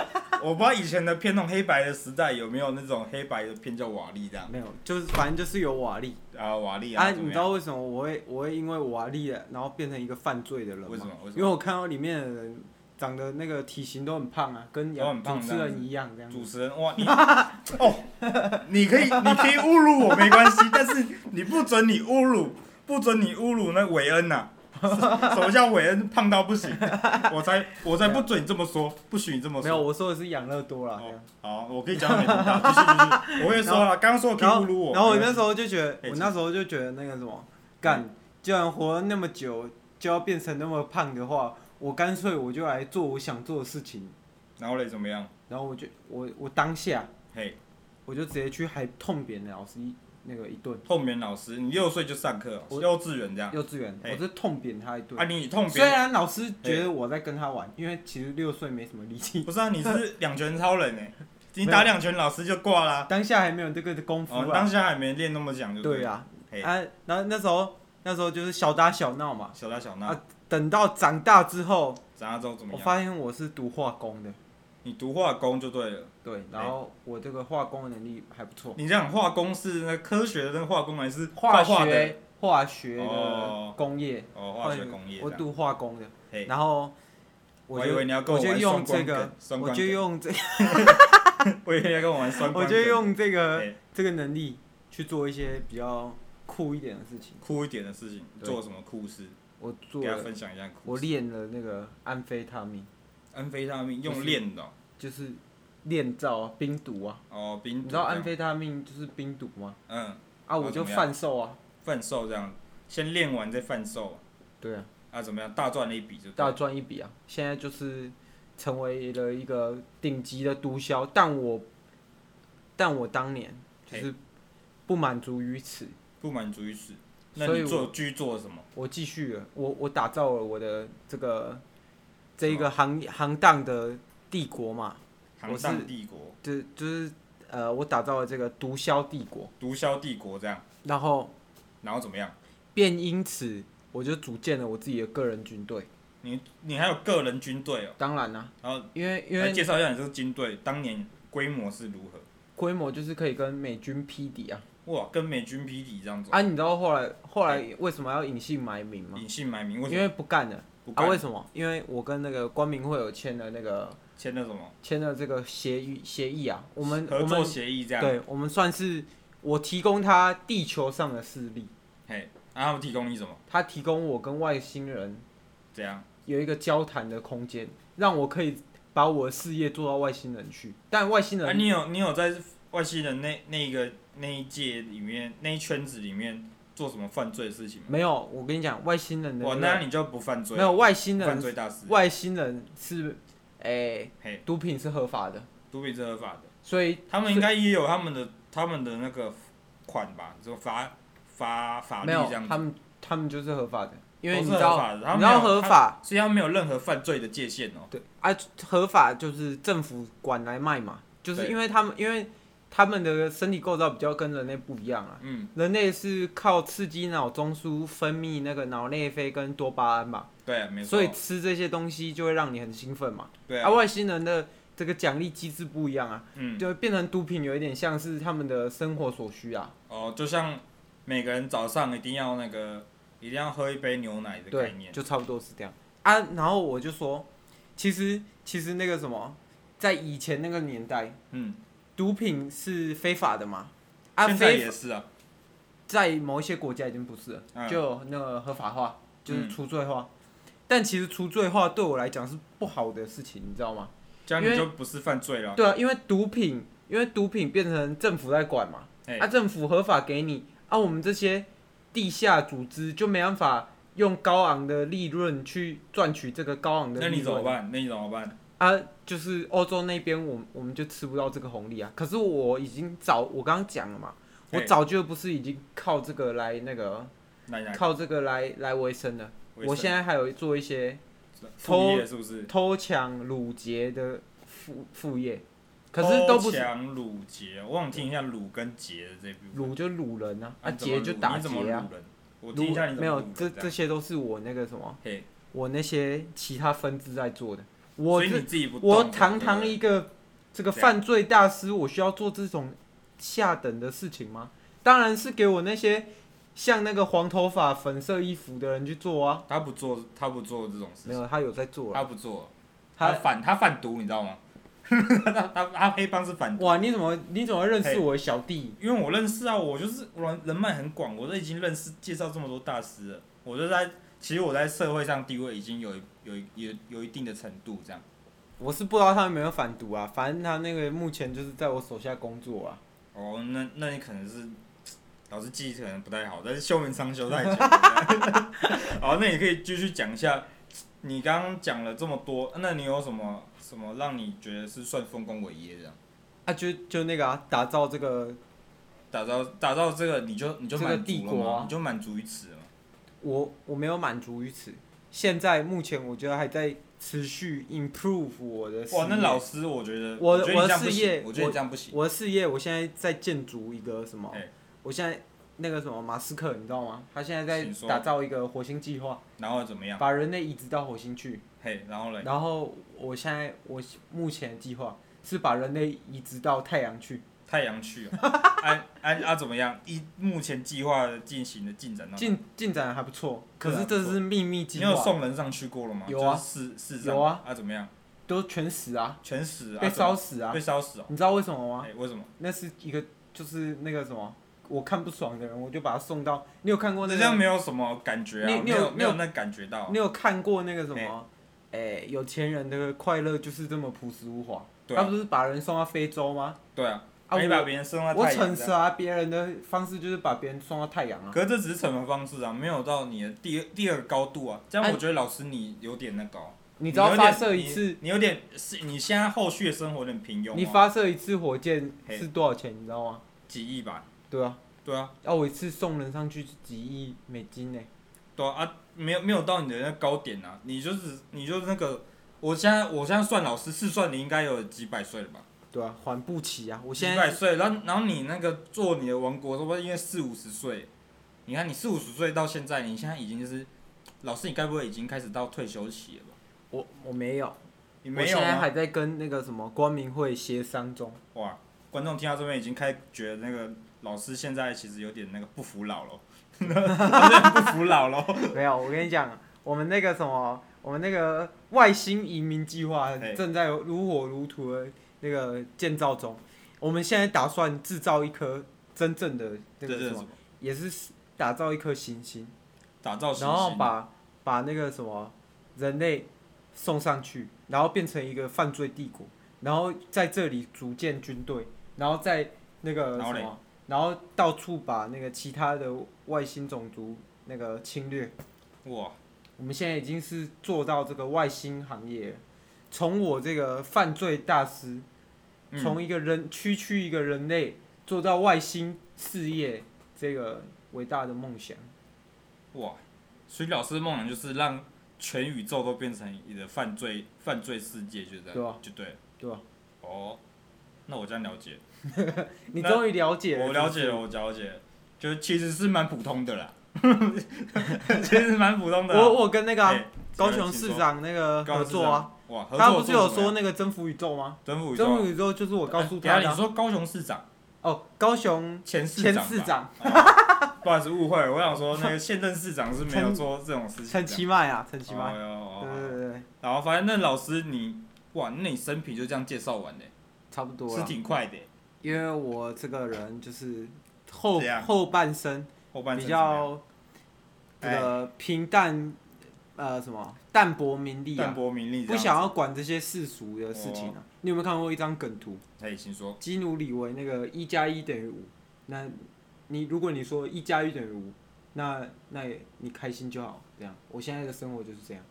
[SPEAKER 1] 我不知道以前的片那种黑白的时代有没有那种黑白的片叫瓦力这样
[SPEAKER 3] 没有，就是反正就是有瓦力
[SPEAKER 1] 啊，瓦力
[SPEAKER 3] 啊。
[SPEAKER 1] 怎
[SPEAKER 3] 你
[SPEAKER 1] 么
[SPEAKER 3] 知道
[SPEAKER 1] 样？
[SPEAKER 3] 为什么我会我会因为瓦力的，然后变成一个犯罪的人吗？
[SPEAKER 1] 为什么？为什
[SPEAKER 3] 因为
[SPEAKER 1] 么？
[SPEAKER 3] 我看到里面的人长得那个体型都很胖啊，跟
[SPEAKER 1] 都很胖
[SPEAKER 3] 主持人一样这样子。
[SPEAKER 1] 主持人 哇，你哦，你可以你可以侮辱我没关系，但是你不准你侮辱，不准你侮辱那韦恩呐、 什么叫韦恩胖到不行？我才我才不准你这么说，不许你这么
[SPEAKER 3] 没有，
[SPEAKER 1] 说。
[SPEAKER 3] 我说的是养乐多啦。这
[SPEAKER 1] 哦
[SPEAKER 3] 样，
[SPEAKER 1] 好，我可以讲你听 到，继续继续。我也说了，啊刚刚说我可以
[SPEAKER 3] 啊然
[SPEAKER 1] 侮
[SPEAKER 3] 后
[SPEAKER 1] 辱我，
[SPEAKER 3] 然后我那时候就觉得，
[SPEAKER 1] 哎
[SPEAKER 3] 我那时候就觉得那个什么，干，既然活了那么久就要变成那么胖的话，我干脆我就来做我想做的事情。
[SPEAKER 1] 然后嘞怎么样？
[SPEAKER 3] 然后我就我我当下
[SPEAKER 1] 嘿，
[SPEAKER 3] 我就直接去还痛扁了老师一那个一顿，
[SPEAKER 1] 透明老师，你六岁就上课，
[SPEAKER 3] 我
[SPEAKER 1] 幼稚园这样
[SPEAKER 3] 幼稚园
[SPEAKER 1] 哎
[SPEAKER 3] 我就痛扁他一
[SPEAKER 1] 啊？
[SPEAKER 3] 顿。
[SPEAKER 1] 你痛
[SPEAKER 3] 虽
[SPEAKER 1] 扁
[SPEAKER 3] 然老师觉得我在跟他玩，因为其实六岁没什么力气，
[SPEAKER 1] 不是啊？你是两拳超人哎、你
[SPEAKER 3] 没
[SPEAKER 1] 打
[SPEAKER 3] 有
[SPEAKER 1] 两拳老师就挂啦、
[SPEAKER 3] 当下还没有这个功夫
[SPEAKER 1] 哦，
[SPEAKER 3] 啊
[SPEAKER 1] 当。下还没练那么讲就
[SPEAKER 3] 对
[SPEAKER 1] 了
[SPEAKER 3] 啊，
[SPEAKER 1] 嘿
[SPEAKER 3] 啊，然后那时候那时候就是小打小闹嘛。
[SPEAKER 1] 小打小闹
[SPEAKER 3] 啊，等到长大之后，
[SPEAKER 1] 长大之后怎么
[SPEAKER 3] 我
[SPEAKER 1] 样？
[SPEAKER 3] 发现我是读化工的，
[SPEAKER 1] 你读化工就对了。
[SPEAKER 3] 对，然
[SPEAKER 1] 哎
[SPEAKER 3] 后我这个化工的能力还不错，
[SPEAKER 1] 你这样化工是那科学的那个化工还是画
[SPEAKER 3] 化
[SPEAKER 1] 画的？
[SPEAKER 3] 学化学
[SPEAKER 1] 哦
[SPEAKER 3] 的工业，
[SPEAKER 1] 哦，化学工业
[SPEAKER 3] 哎我
[SPEAKER 1] 这样。
[SPEAKER 3] 读化工的
[SPEAKER 1] 嘿，
[SPEAKER 3] 然后
[SPEAKER 1] 我
[SPEAKER 3] 我
[SPEAKER 1] 以
[SPEAKER 3] 就
[SPEAKER 1] 为你要跟
[SPEAKER 3] 我
[SPEAKER 1] 我
[SPEAKER 3] 就
[SPEAKER 1] 玩
[SPEAKER 3] 用
[SPEAKER 1] 双
[SPEAKER 3] 这
[SPEAKER 1] 关
[SPEAKER 3] 个
[SPEAKER 1] 梗，，双
[SPEAKER 3] 我
[SPEAKER 1] 关
[SPEAKER 3] 就
[SPEAKER 1] 梗。
[SPEAKER 3] 用这，
[SPEAKER 1] 我以为你要跟我玩双关
[SPEAKER 3] 我
[SPEAKER 1] 梗。
[SPEAKER 3] 就用这个
[SPEAKER 1] 嘿
[SPEAKER 3] 这个能力去做一些比较酷一点的事情，
[SPEAKER 1] 酷一点的事情，
[SPEAKER 3] 对
[SPEAKER 1] 做什么酷事？
[SPEAKER 3] 我做
[SPEAKER 1] 给大家
[SPEAKER 3] 了，
[SPEAKER 1] 分享一下酷
[SPEAKER 3] 我
[SPEAKER 1] 事。
[SPEAKER 3] 练了那个安非他命，
[SPEAKER 1] 安非他命
[SPEAKER 3] 就是
[SPEAKER 1] 用练的哦
[SPEAKER 3] 就是炼造啊冰毒啊，
[SPEAKER 1] 哦，冰毒
[SPEAKER 3] 你知道
[SPEAKER 1] 这样
[SPEAKER 3] 安非他命就是冰毒吗？
[SPEAKER 1] 嗯，
[SPEAKER 3] 啊，
[SPEAKER 1] 然后
[SPEAKER 3] 我就
[SPEAKER 1] 怎么样
[SPEAKER 3] 贩售啊，
[SPEAKER 1] 贩售这样，先练完再贩售
[SPEAKER 3] 对啊，
[SPEAKER 1] 啊，怎么样？大赚了一笔就对
[SPEAKER 3] 大
[SPEAKER 1] 了
[SPEAKER 3] 赚一笔啊！现在就是成为了一个顶级的毒枭，但我但我当年就是不满足于此，
[SPEAKER 1] 不满足于此。那
[SPEAKER 3] 所以
[SPEAKER 1] 你
[SPEAKER 3] 我
[SPEAKER 1] 做继续做什么？
[SPEAKER 3] 我继续了，我我打造了我的这个这一
[SPEAKER 1] 什
[SPEAKER 3] 个行行当的帝国嘛，
[SPEAKER 1] 行
[SPEAKER 3] 我是
[SPEAKER 1] 上帝国、
[SPEAKER 3] 就就是呃，我打造了这个毒枭帝国，
[SPEAKER 1] 毒枭帝国这样，
[SPEAKER 3] 然后
[SPEAKER 1] 然后怎么样？
[SPEAKER 3] 便因此我就组建了我自己的个人军队，
[SPEAKER 1] 你你还有个人军队哦，
[SPEAKER 3] 当然啦、
[SPEAKER 1] 然后
[SPEAKER 3] 因为因
[SPEAKER 1] 来
[SPEAKER 3] 为
[SPEAKER 1] 介绍一下你这个军队当年规模是如何？
[SPEAKER 3] 规模就是可以跟美军匹敌啊。
[SPEAKER 1] 哇，跟美军匹敌这样子哦，
[SPEAKER 3] 啊，你知道后来后来为什么要隐姓埋名吗？
[SPEAKER 1] 隐姓埋名，为什
[SPEAKER 3] 因
[SPEAKER 1] 么
[SPEAKER 3] 为不干了
[SPEAKER 1] 不
[SPEAKER 3] 啊？为
[SPEAKER 1] 干？
[SPEAKER 3] 什么？因为我跟那个光明会有签了那个
[SPEAKER 1] 签了什么
[SPEAKER 3] 签了这个协议协议啊，我们
[SPEAKER 1] 合
[SPEAKER 3] 我
[SPEAKER 1] 作
[SPEAKER 3] 们
[SPEAKER 1] 协议这啊样？
[SPEAKER 3] 对我们算是我提供他地球上的势力，
[SPEAKER 1] 嘿，然后提供你什么？
[SPEAKER 3] 他提供我跟外星人
[SPEAKER 1] 这样
[SPEAKER 3] 有一个交谈的空间，让我可以把我的事业做到外星人去。但外星
[SPEAKER 1] 啊，
[SPEAKER 3] 人
[SPEAKER 1] 你有你有在外星人那那一个那一届里面那一圈子里面做什么犯罪的事情吗？
[SPEAKER 3] 没有，我跟你讲，外星人的
[SPEAKER 1] 哇，
[SPEAKER 3] 那
[SPEAKER 1] 那
[SPEAKER 3] 个
[SPEAKER 1] 你就不犯罪
[SPEAKER 3] 没
[SPEAKER 1] 了，
[SPEAKER 3] 有外星
[SPEAKER 1] 犯
[SPEAKER 3] 人，
[SPEAKER 1] 罪大师，
[SPEAKER 3] 外星人是诶、
[SPEAKER 1] 嘿
[SPEAKER 3] 毒品是合法的，
[SPEAKER 1] 毒品是合法的，
[SPEAKER 3] 所以
[SPEAKER 1] 他们应该也有他们的他们的那个款吧，就罚罚法律
[SPEAKER 3] 没有
[SPEAKER 1] 这样子
[SPEAKER 3] 他，们他们就是合法的，因为
[SPEAKER 1] 都
[SPEAKER 3] 你
[SPEAKER 1] 是
[SPEAKER 3] 知
[SPEAKER 1] 合
[SPEAKER 3] 道
[SPEAKER 1] 法的，他
[SPEAKER 3] 你
[SPEAKER 1] 们
[SPEAKER 3] 知道
[SPEAKER 1] 没有
[SPEAKER 3] 合，法
[SPEAKER 1] 他所以他们没有任何犯罪的界限哦。
[SPEAKER 3] 对啊，合法就是政府管来卖嘛，就是
[SPEAKER 1] 对
[SPEAKER 3] 因为他们因为他们的身体构造比较跟人类不一样啊，
[SPEAKER 1] 嗯，
[SPEAKER 3] 人类是靠刺激脑中枢分泌那个脑内啡跟多巴胺嘛，
[SPEAKER 1] 对，啊没错
[SPEAKER 3] 所，以吃这些东西就会让你很兴奋嘛。
[SPEAKER 1] 对
[SPEAKER 3] 啊，，外星人的这个奖励机制不一样啊，
[SPEAKER 1] 嗯，
[SPEAKER 3] 就会变成毒品有一点像是他们的生活所需啊。
[SPEAKER 1] 哦，就像每个人早上一定要那个一定要喝一杯牛奶的概
[SPEAKER 3] 对
[SPEAKER 1] 念，，
[SPEAKER 3] 就差不多是这样啊。然后我就说，其实其实那个什么，在以前那个年代，
[SPEAKER 1] 嗯，
[SPEAKER 3] 毒品是非法的嘛。啊，
[SPEAKER 1] 现在
[SPEAKER 3] 非
[SPEAKER 1] 也是啊，
[SPEAKER 3] 在某一些国家已经不是了，
[SPEAKER 1] 嗯
[SPEAKER 3] 就有那个合法化，就是
[SPEAKER 1] 嗯
[SPEAKER 3] 除罪化。但其实除罪化对我来讲是不好的事情，你知道吗？
[SPEAKER 1] 这样
[SPEAKER 3] 因
[SPEAKER 1] 你
[SPEAKER 3] 为
[SPEAKER 1] 就不是犯罪了。
[SPEAKER 3] 对啊，因为毒品，因为毒品变成政府在管嘛，
[SPEAKER 1] 哎
[SPEAKER 3] 啊，政府合法给你，啊，我们这些地下组织就没办法用高昂的利润去赚取这个高昂的
[SPEAKER 1] 那
[SPEAKER 3] 利
[SPEAKER 1] 你怎么
[SPEAKER 3] 润
[SPEAKER 1] 办？那你怎么办？
[SPEAKER 3] 啊，就是欧洲那边，我我们就吃不到这个红利啊。可是我已经早，我刚刚讲了嘛，我
[SPEAKER 1] 哎
[SPEAKER 3] 早就不是已经靠这个来那个，
[SPEAKER 1] 奶奶，
[SPEAKER 3] 靠这个来来维生了。我现在还有做一些
[SPEAKER 1] 偷业是不是？
[SPEAKER 3] 偷抢掳劫的副副业，可是都不
[SPEAKER 1] 偷
[SPEAKER 3] 是
[SPEAKER 1] 抢掳劫，我想听一下掳跟劫的这部分。
[SPEAKER 3] 掳就掳人啊，啊
[SPEAKER 1] 你怎么
[SPEAKER 3] 劫
[SPEAKER 1] 掳
[SPEAKER 3] 就打
[SPEAKER 1] 你怎么
[SPEAKER 3] 劫啊，
[SPEAKER 1] 掳人？我听一下你
[SPEAKER 3] 掳
[SPEAKER 1] 怎
[SPEAKER 3] 没有
[SPEAKER 1] 么掳
[SPEAKER 3] 这
[SPEAKER 1] 人
[SPEAKER 3] 这
[SPEAKER 1] 样
[SPEAKER 3] 些都是我那个什么，
[SPEAKER 1] 嘿，
[SPEAKER 3] 我那些其他分支在做的。我
[SPEAKER 1] 所以
[SPEAKER 3] 这
[SPEAKER 1] 你自己不
[SPEAKER 3] 我
[SPEAKER 1] 动
[SPEAKER 3] 堂堂
[SPEAKER 1] 对
[SPEAKER 3] 一个这个
[SPEAKER 1] 对
[SPEAKER 3] 犯罪大师，我需要做这种下等的事情吗？当然是给我那些像那个黄头发、粉色衣服的人去做啊。
[SPEAKER 1] 他不做，他不做这种事
[SPEAKER 3] 没
[SPEAKER 1] 情，
[SPEAKER 3] 有，他有在做啊。
[SPEAKER 1] 他不做，他
[SPEAKER 3] 他
[SPEAKER 1] 反他贩毒，你知道吗？ 他他他黑帮是反毒，
[SPEAKER 3] 哇，你怎么你怎么认识我的小弟？
[SPEAKER 1] 因为我认识啊，我就是我人脉很广，我都已经认识介绍这么多大师了，我就在其实我在社会上地位已经有一有一有有一定的程度这样。
[SPEAKER 3] 我是不知道他有没有反毒啊，反正他那个目前就是在我手下工作啊。
[SPEAKER 1] 哦，那那你可能是老师记忆可能不太好，但是休眠伤休太久 了。好，哦那你可以继续讲一下，你刚刚讲了这么多，那你有什么什么让你觉得是算丰功伟业这样？
[SPEAKER 3] 啊，就就那个啊，打造这个，
[SPEAKER 1] 打造打造这个，你就你就
[SPEAKER 3] 这个
[SPEAKER 1] 满足
[SPEAKER 3] 帝
[SPEAKER 1] 了
[SPEAKER 3] 国
[SPEAKER 1] 吗
[SPEAKER 3] 啊？
[SPEAKER 1] 你就满足于此了吗？
[SPEAKER 3] 我我没有满足于此。现在目前我觉得还在持续 improve 我的事业。
[SPEAKER 1] 哇，那老师，我觉得
[SPEAKER 3] 我
[SPEAKER 1] 我觉得你这样
[SPEAKER 3] 我
[SPEAKER 1] 不
[SPEAKER 3] 的事业
[SPEAKER 1] 行，我觉得你这样不行。
[SPEAKER 3] 我的事业，我现在在建筑一个什么
[SPEAKER 1] 哎？
[SPEAKER 3] 我现在那个什么马斯克，你知道吗？他现在
[SPEAKER 1] 请
[SPEAKER 3] 在
[SPEAKER 1] 说
[SPEAKER 3] 打造一个火星计划，
[SPEAKER 1] 然后怎么样？
[SPEAKER 3] 把人类移植到火星去。
[SPEAKER 1] 嘿，然后嘞，
[SPEAKER 3] 然后我现在我目前的计划是把人类移植到太阳去，
[SPEAKER 1] 太阳去 了，安安啊怎么样？一目前计划的进行的进展呢？
[SPEAKER 3] 进进展还不错，可
[SPEAKER 1] 嗯对啊
[SPEAKER 3] 是这
[SPEAKER 1] 不错
[SPEAKER 3] 是秘密
[SPEAKER 1] 你
[SPEAKER 3] 计
[SPEAKER 1] 有
[SPEAKER 3] 划，
[SPEAKER 1] 送人上去过了吗？
[SPEAKER 3] 有啊
[SPEAKER 1] 就是市市
[SPEAKER 3] 有啊，
[SPEAKER 1] 啊怎么样？
[SPEAKER 3] 都全死啊，
[SPEAKER 1] 全死啊，
[SPEAKER 3] 被
[SPEAKER 1] 怎么
[SPEAKER 3] 烧死啊
[SPEAKER 1] 被。烧死哦。
[SPEAKER 3] 你知道为什么吗？
[SPEAKER 1] 哎，为什么？
[SPEAKER 3] 那是一个就是那个什么，我看不爽的人，我就把他送到。你有看过
[SPEAKER 1] 我
[SPEAKER 3] 那
[SPEAKER 1] 这样
[SPEAKER 3] 个？
[SPEAKER 1] 没有什么感觉
[SPEAKER 3] 你
[SPEAKER 1] 啊，
[SPEAKER 3] 你
[SPEAKER 1] 没
[SPEAKER 3] 有
[SPEAKER 1] 有没有
[SPEAKER 3] 你
[SPEAKER 1] 那感觉到啊。
[SPEAKER 3] 你有看过那个什
[SPEAKER 1] 哎
[SPEAKER 3] 么？哎、有钱人的快乐就是这么朴实无华。
[SPEAKER 1] 对啊
[SPEAKER 3] 他不是把人送到非洲吗？
[SPEAKER 1] 对啊，
[SPEAKER 3] 啊
[SPEAKER 1] 没把
[SPEAKER 3] 我
[SPEAKER 1] 别人送到
[SPEAKER 3] 我啊
[SPEAKER 1] 太阳
[SPEAKER 3] 惩
[SPEAKER 1] 这样。
[SPEAKER 3] 罚别人的方式就是把别人送到太阳啊。
[SPEAKER 1] 可是这只是惩罚方式啊，没有到你的第二第二个高度啊。这样
[SPEAKER 3] 哎
[SPEAKER 1] 我觉得老师你有点那个哦，
[SPEAKER 3] 你知道
[SPEAKER 1] 有
[SPEAKER 3] 发
[SPEAKER 1] 点
[SPEAKER 3] 射一
[SPEAKER 1] 你
[SPEAKER 3] 次，
[SPEAKER 1] 你有点是你现在后续的生活有点平庸哦。
[SPEAKER 3] 你发射一次火箭
[SPEAKER 1] 嘿
[SPEAKER 3] 是多少钱？你知道吗？
[SPEAKER 1] 几亿吧？
[SPEAKER 3] 对啊，
[SPEAKER 1] 对啊，
[SPEAKER 3] 要我一次送人上去是几亿美金呢、
[SPEAKER 1] 对啊，啊没有没有到你的那高点啊，你就是你就是那个，我现在我现在算老师试算你应该有几百岁了吧？
[SPEAKER 3] 对啊，还不起啊！我
[SPEAKER 1] 几
[SPEAKER 3] 现
[SPEAKER 1] 百
[SPEAKER 3] 在
[SPEAKER 1] 岁，然后然后你那个做你的王国，差不多应该四五十岁。你看你四五十岁到现在，你现在已经就是老师，你该不会已经开始到退休期了吧？
[SPEAKER 3] 我我没有，
[SPEAKER 1] 你没有
[SPEAKER 3] 我现在还
[SPEAKER 1] 吗？
[SPEAKER 3] 在跟那个什么光明会协商中。
[SPEAKER 1] 哇，观众听到这边已经开觉得那个老师现在其实有点那个不服老 了， 不服老了。
[SPEAKER 3] 没有，我跟你讲，我们那个什么，我们那个外星移民计划
[SPEAKER 1] 嘿
[SPEAKER 3] 正在如火如荼的那个建造中。我们现在打算制造一颗真正的
[SPEAKER 1] 对
[SPEAKER 3] 那个
[SPEAKER 1] 对
[SPEAKER 3] 什
[SPEAKER 1] 对
[SPEAKER 3] 么，，也是打造一颗行星，
[SPEAKER 1] 打造哦行
[SPEAKER 3] 然后
[SPEAKER 1] 星。
[SPEAKER 3] 把把那个什么人类送上去，然后变成一个犯罪帝国，然后在这里组建军队，然后在那个
[SPEAKER 1] 然后
[SPEAKER 3] 什
[SPEAKER 1] 嘞
[SPEAKER 3] 么，然后到处把那个其他的外星种族那个侵略。
[SPEAKER 1] 哇，
[SPEAKER 3] 我们现在已经是做到这个外星行业了，从我这个犯罪大师，
[SPEAKER 1] 嗯
[SPEAKER 3] 从一个人区区一个人类做到外星事业这个伟大的梦想。
[SPEAKER 1] 哇，所以老师的梦想就是让全宇宙都变成你的犯罪犯罪世界，就这样，
[SPEAKER 3] 对啊
[SPEAKER 1] 就对了，
[SPEAKER 3] 对啊
[SPEAKER 1] 哦，那我这样了解，
[SPEAKER 3] 你
[SPEAKER 1] 那
[SPEAKER 3] 终于了解了，
[SPEAKER 1] 我了
[SPEAKER 3] 是
[SPEAKER 1] 解了，我了解了，就其实是蛮普通的啦， 其实蛮普通
[SPEAKER 3] 不
[SPEAKER 1] 的
[SPEAKER 3] 是。
[SPEAKER 1] 啦。
[SPEAKER 3] 我我跟那个啊、
[SPEAKER 1] 哎
[SPEAKER 3] 高雄市长那个合作啊，，
[SPEAKER 1] 请说哇，合作
[SPEAKER 3] 他不是有
[SPEAKER 1] 做什么呀
[SPEAKER 3] 说那个征服宇宙吗？
[SPEAKER 1] 征服宇
[SPEAKER 3] 征服
[SPEAKER 1] 宙？啊
[SPEAKER 3] 宇宙就是我告诉
[SPEAKER 1] 哎等
[SPEAKER 3] 他
[SPEAKER 1] 一
[SPEAKER 3] 的
[SPEAKER 1] 下你
[SPEAKER 3] 啊。
[SPEAKER 1] 说高雄市长
[SPEAKER 3] 哦，高雄
[SPEAKER 1] 前市
[SPEAKER 3] 前
[SPEAKER 1] 长
[SPEAKER 3] 市
[SPEAKER 1] 吧
[SPEAKER 3] 长
[SPEAKER 1] 不好意思，误会了。我想说，那个现任市长是没有
[SPEAKER 3] 陈
[SPEAKER 1] 做这种事情的。
[SPEAKER 3] 陈其迈啊，陈其迈，
[SPEAKER 1] 哦哦
[SPEAKER 3] 对
[SPEAKER 1] 哦
[SPEAKER 3] 对
[SPEAKER 1] 哦
[SPEAKER 3] 对对，
[SPEAKER 1] 然后反正那老师你，哇，那你生平就这样介绍完的，
[SPEAKER 3] 差不多
[SPEAKER 1] 是
[SPEAKER 3] 了。
[SPEAKER 1] 挺快的。
[SPEAKER 3] 因为我这个人就是后
[SPEAKER 1] 怎样
[SPEAKER 3] 后半生
[SPEAKER 1] 后半程
[SPEAKER 3] 比
[SPEAKER 1] 怎么样
[SPEAKER 3] 较这
[SPEAKER 1] 哎
[SPEAKER 3] 个平淡，呃，什么淡泊名利
[SPEAKER 1] 淡
[SPEAKER 3] 啊，
[SPEAKER 1] 泊名利，
[SPEAKER 3] 不想要管这些世俗的事情
[SPEAKER 1] 哦
[SPEAKER 3] 啊。你有没有看过一张梗图？
[SPEAKER 1] 可以请说。
[SPEAKER 3] 基努里维那个一加一等于五，那你如果你说一加一等于五，那那也你开心就好，这样。我现在的生活就是这样。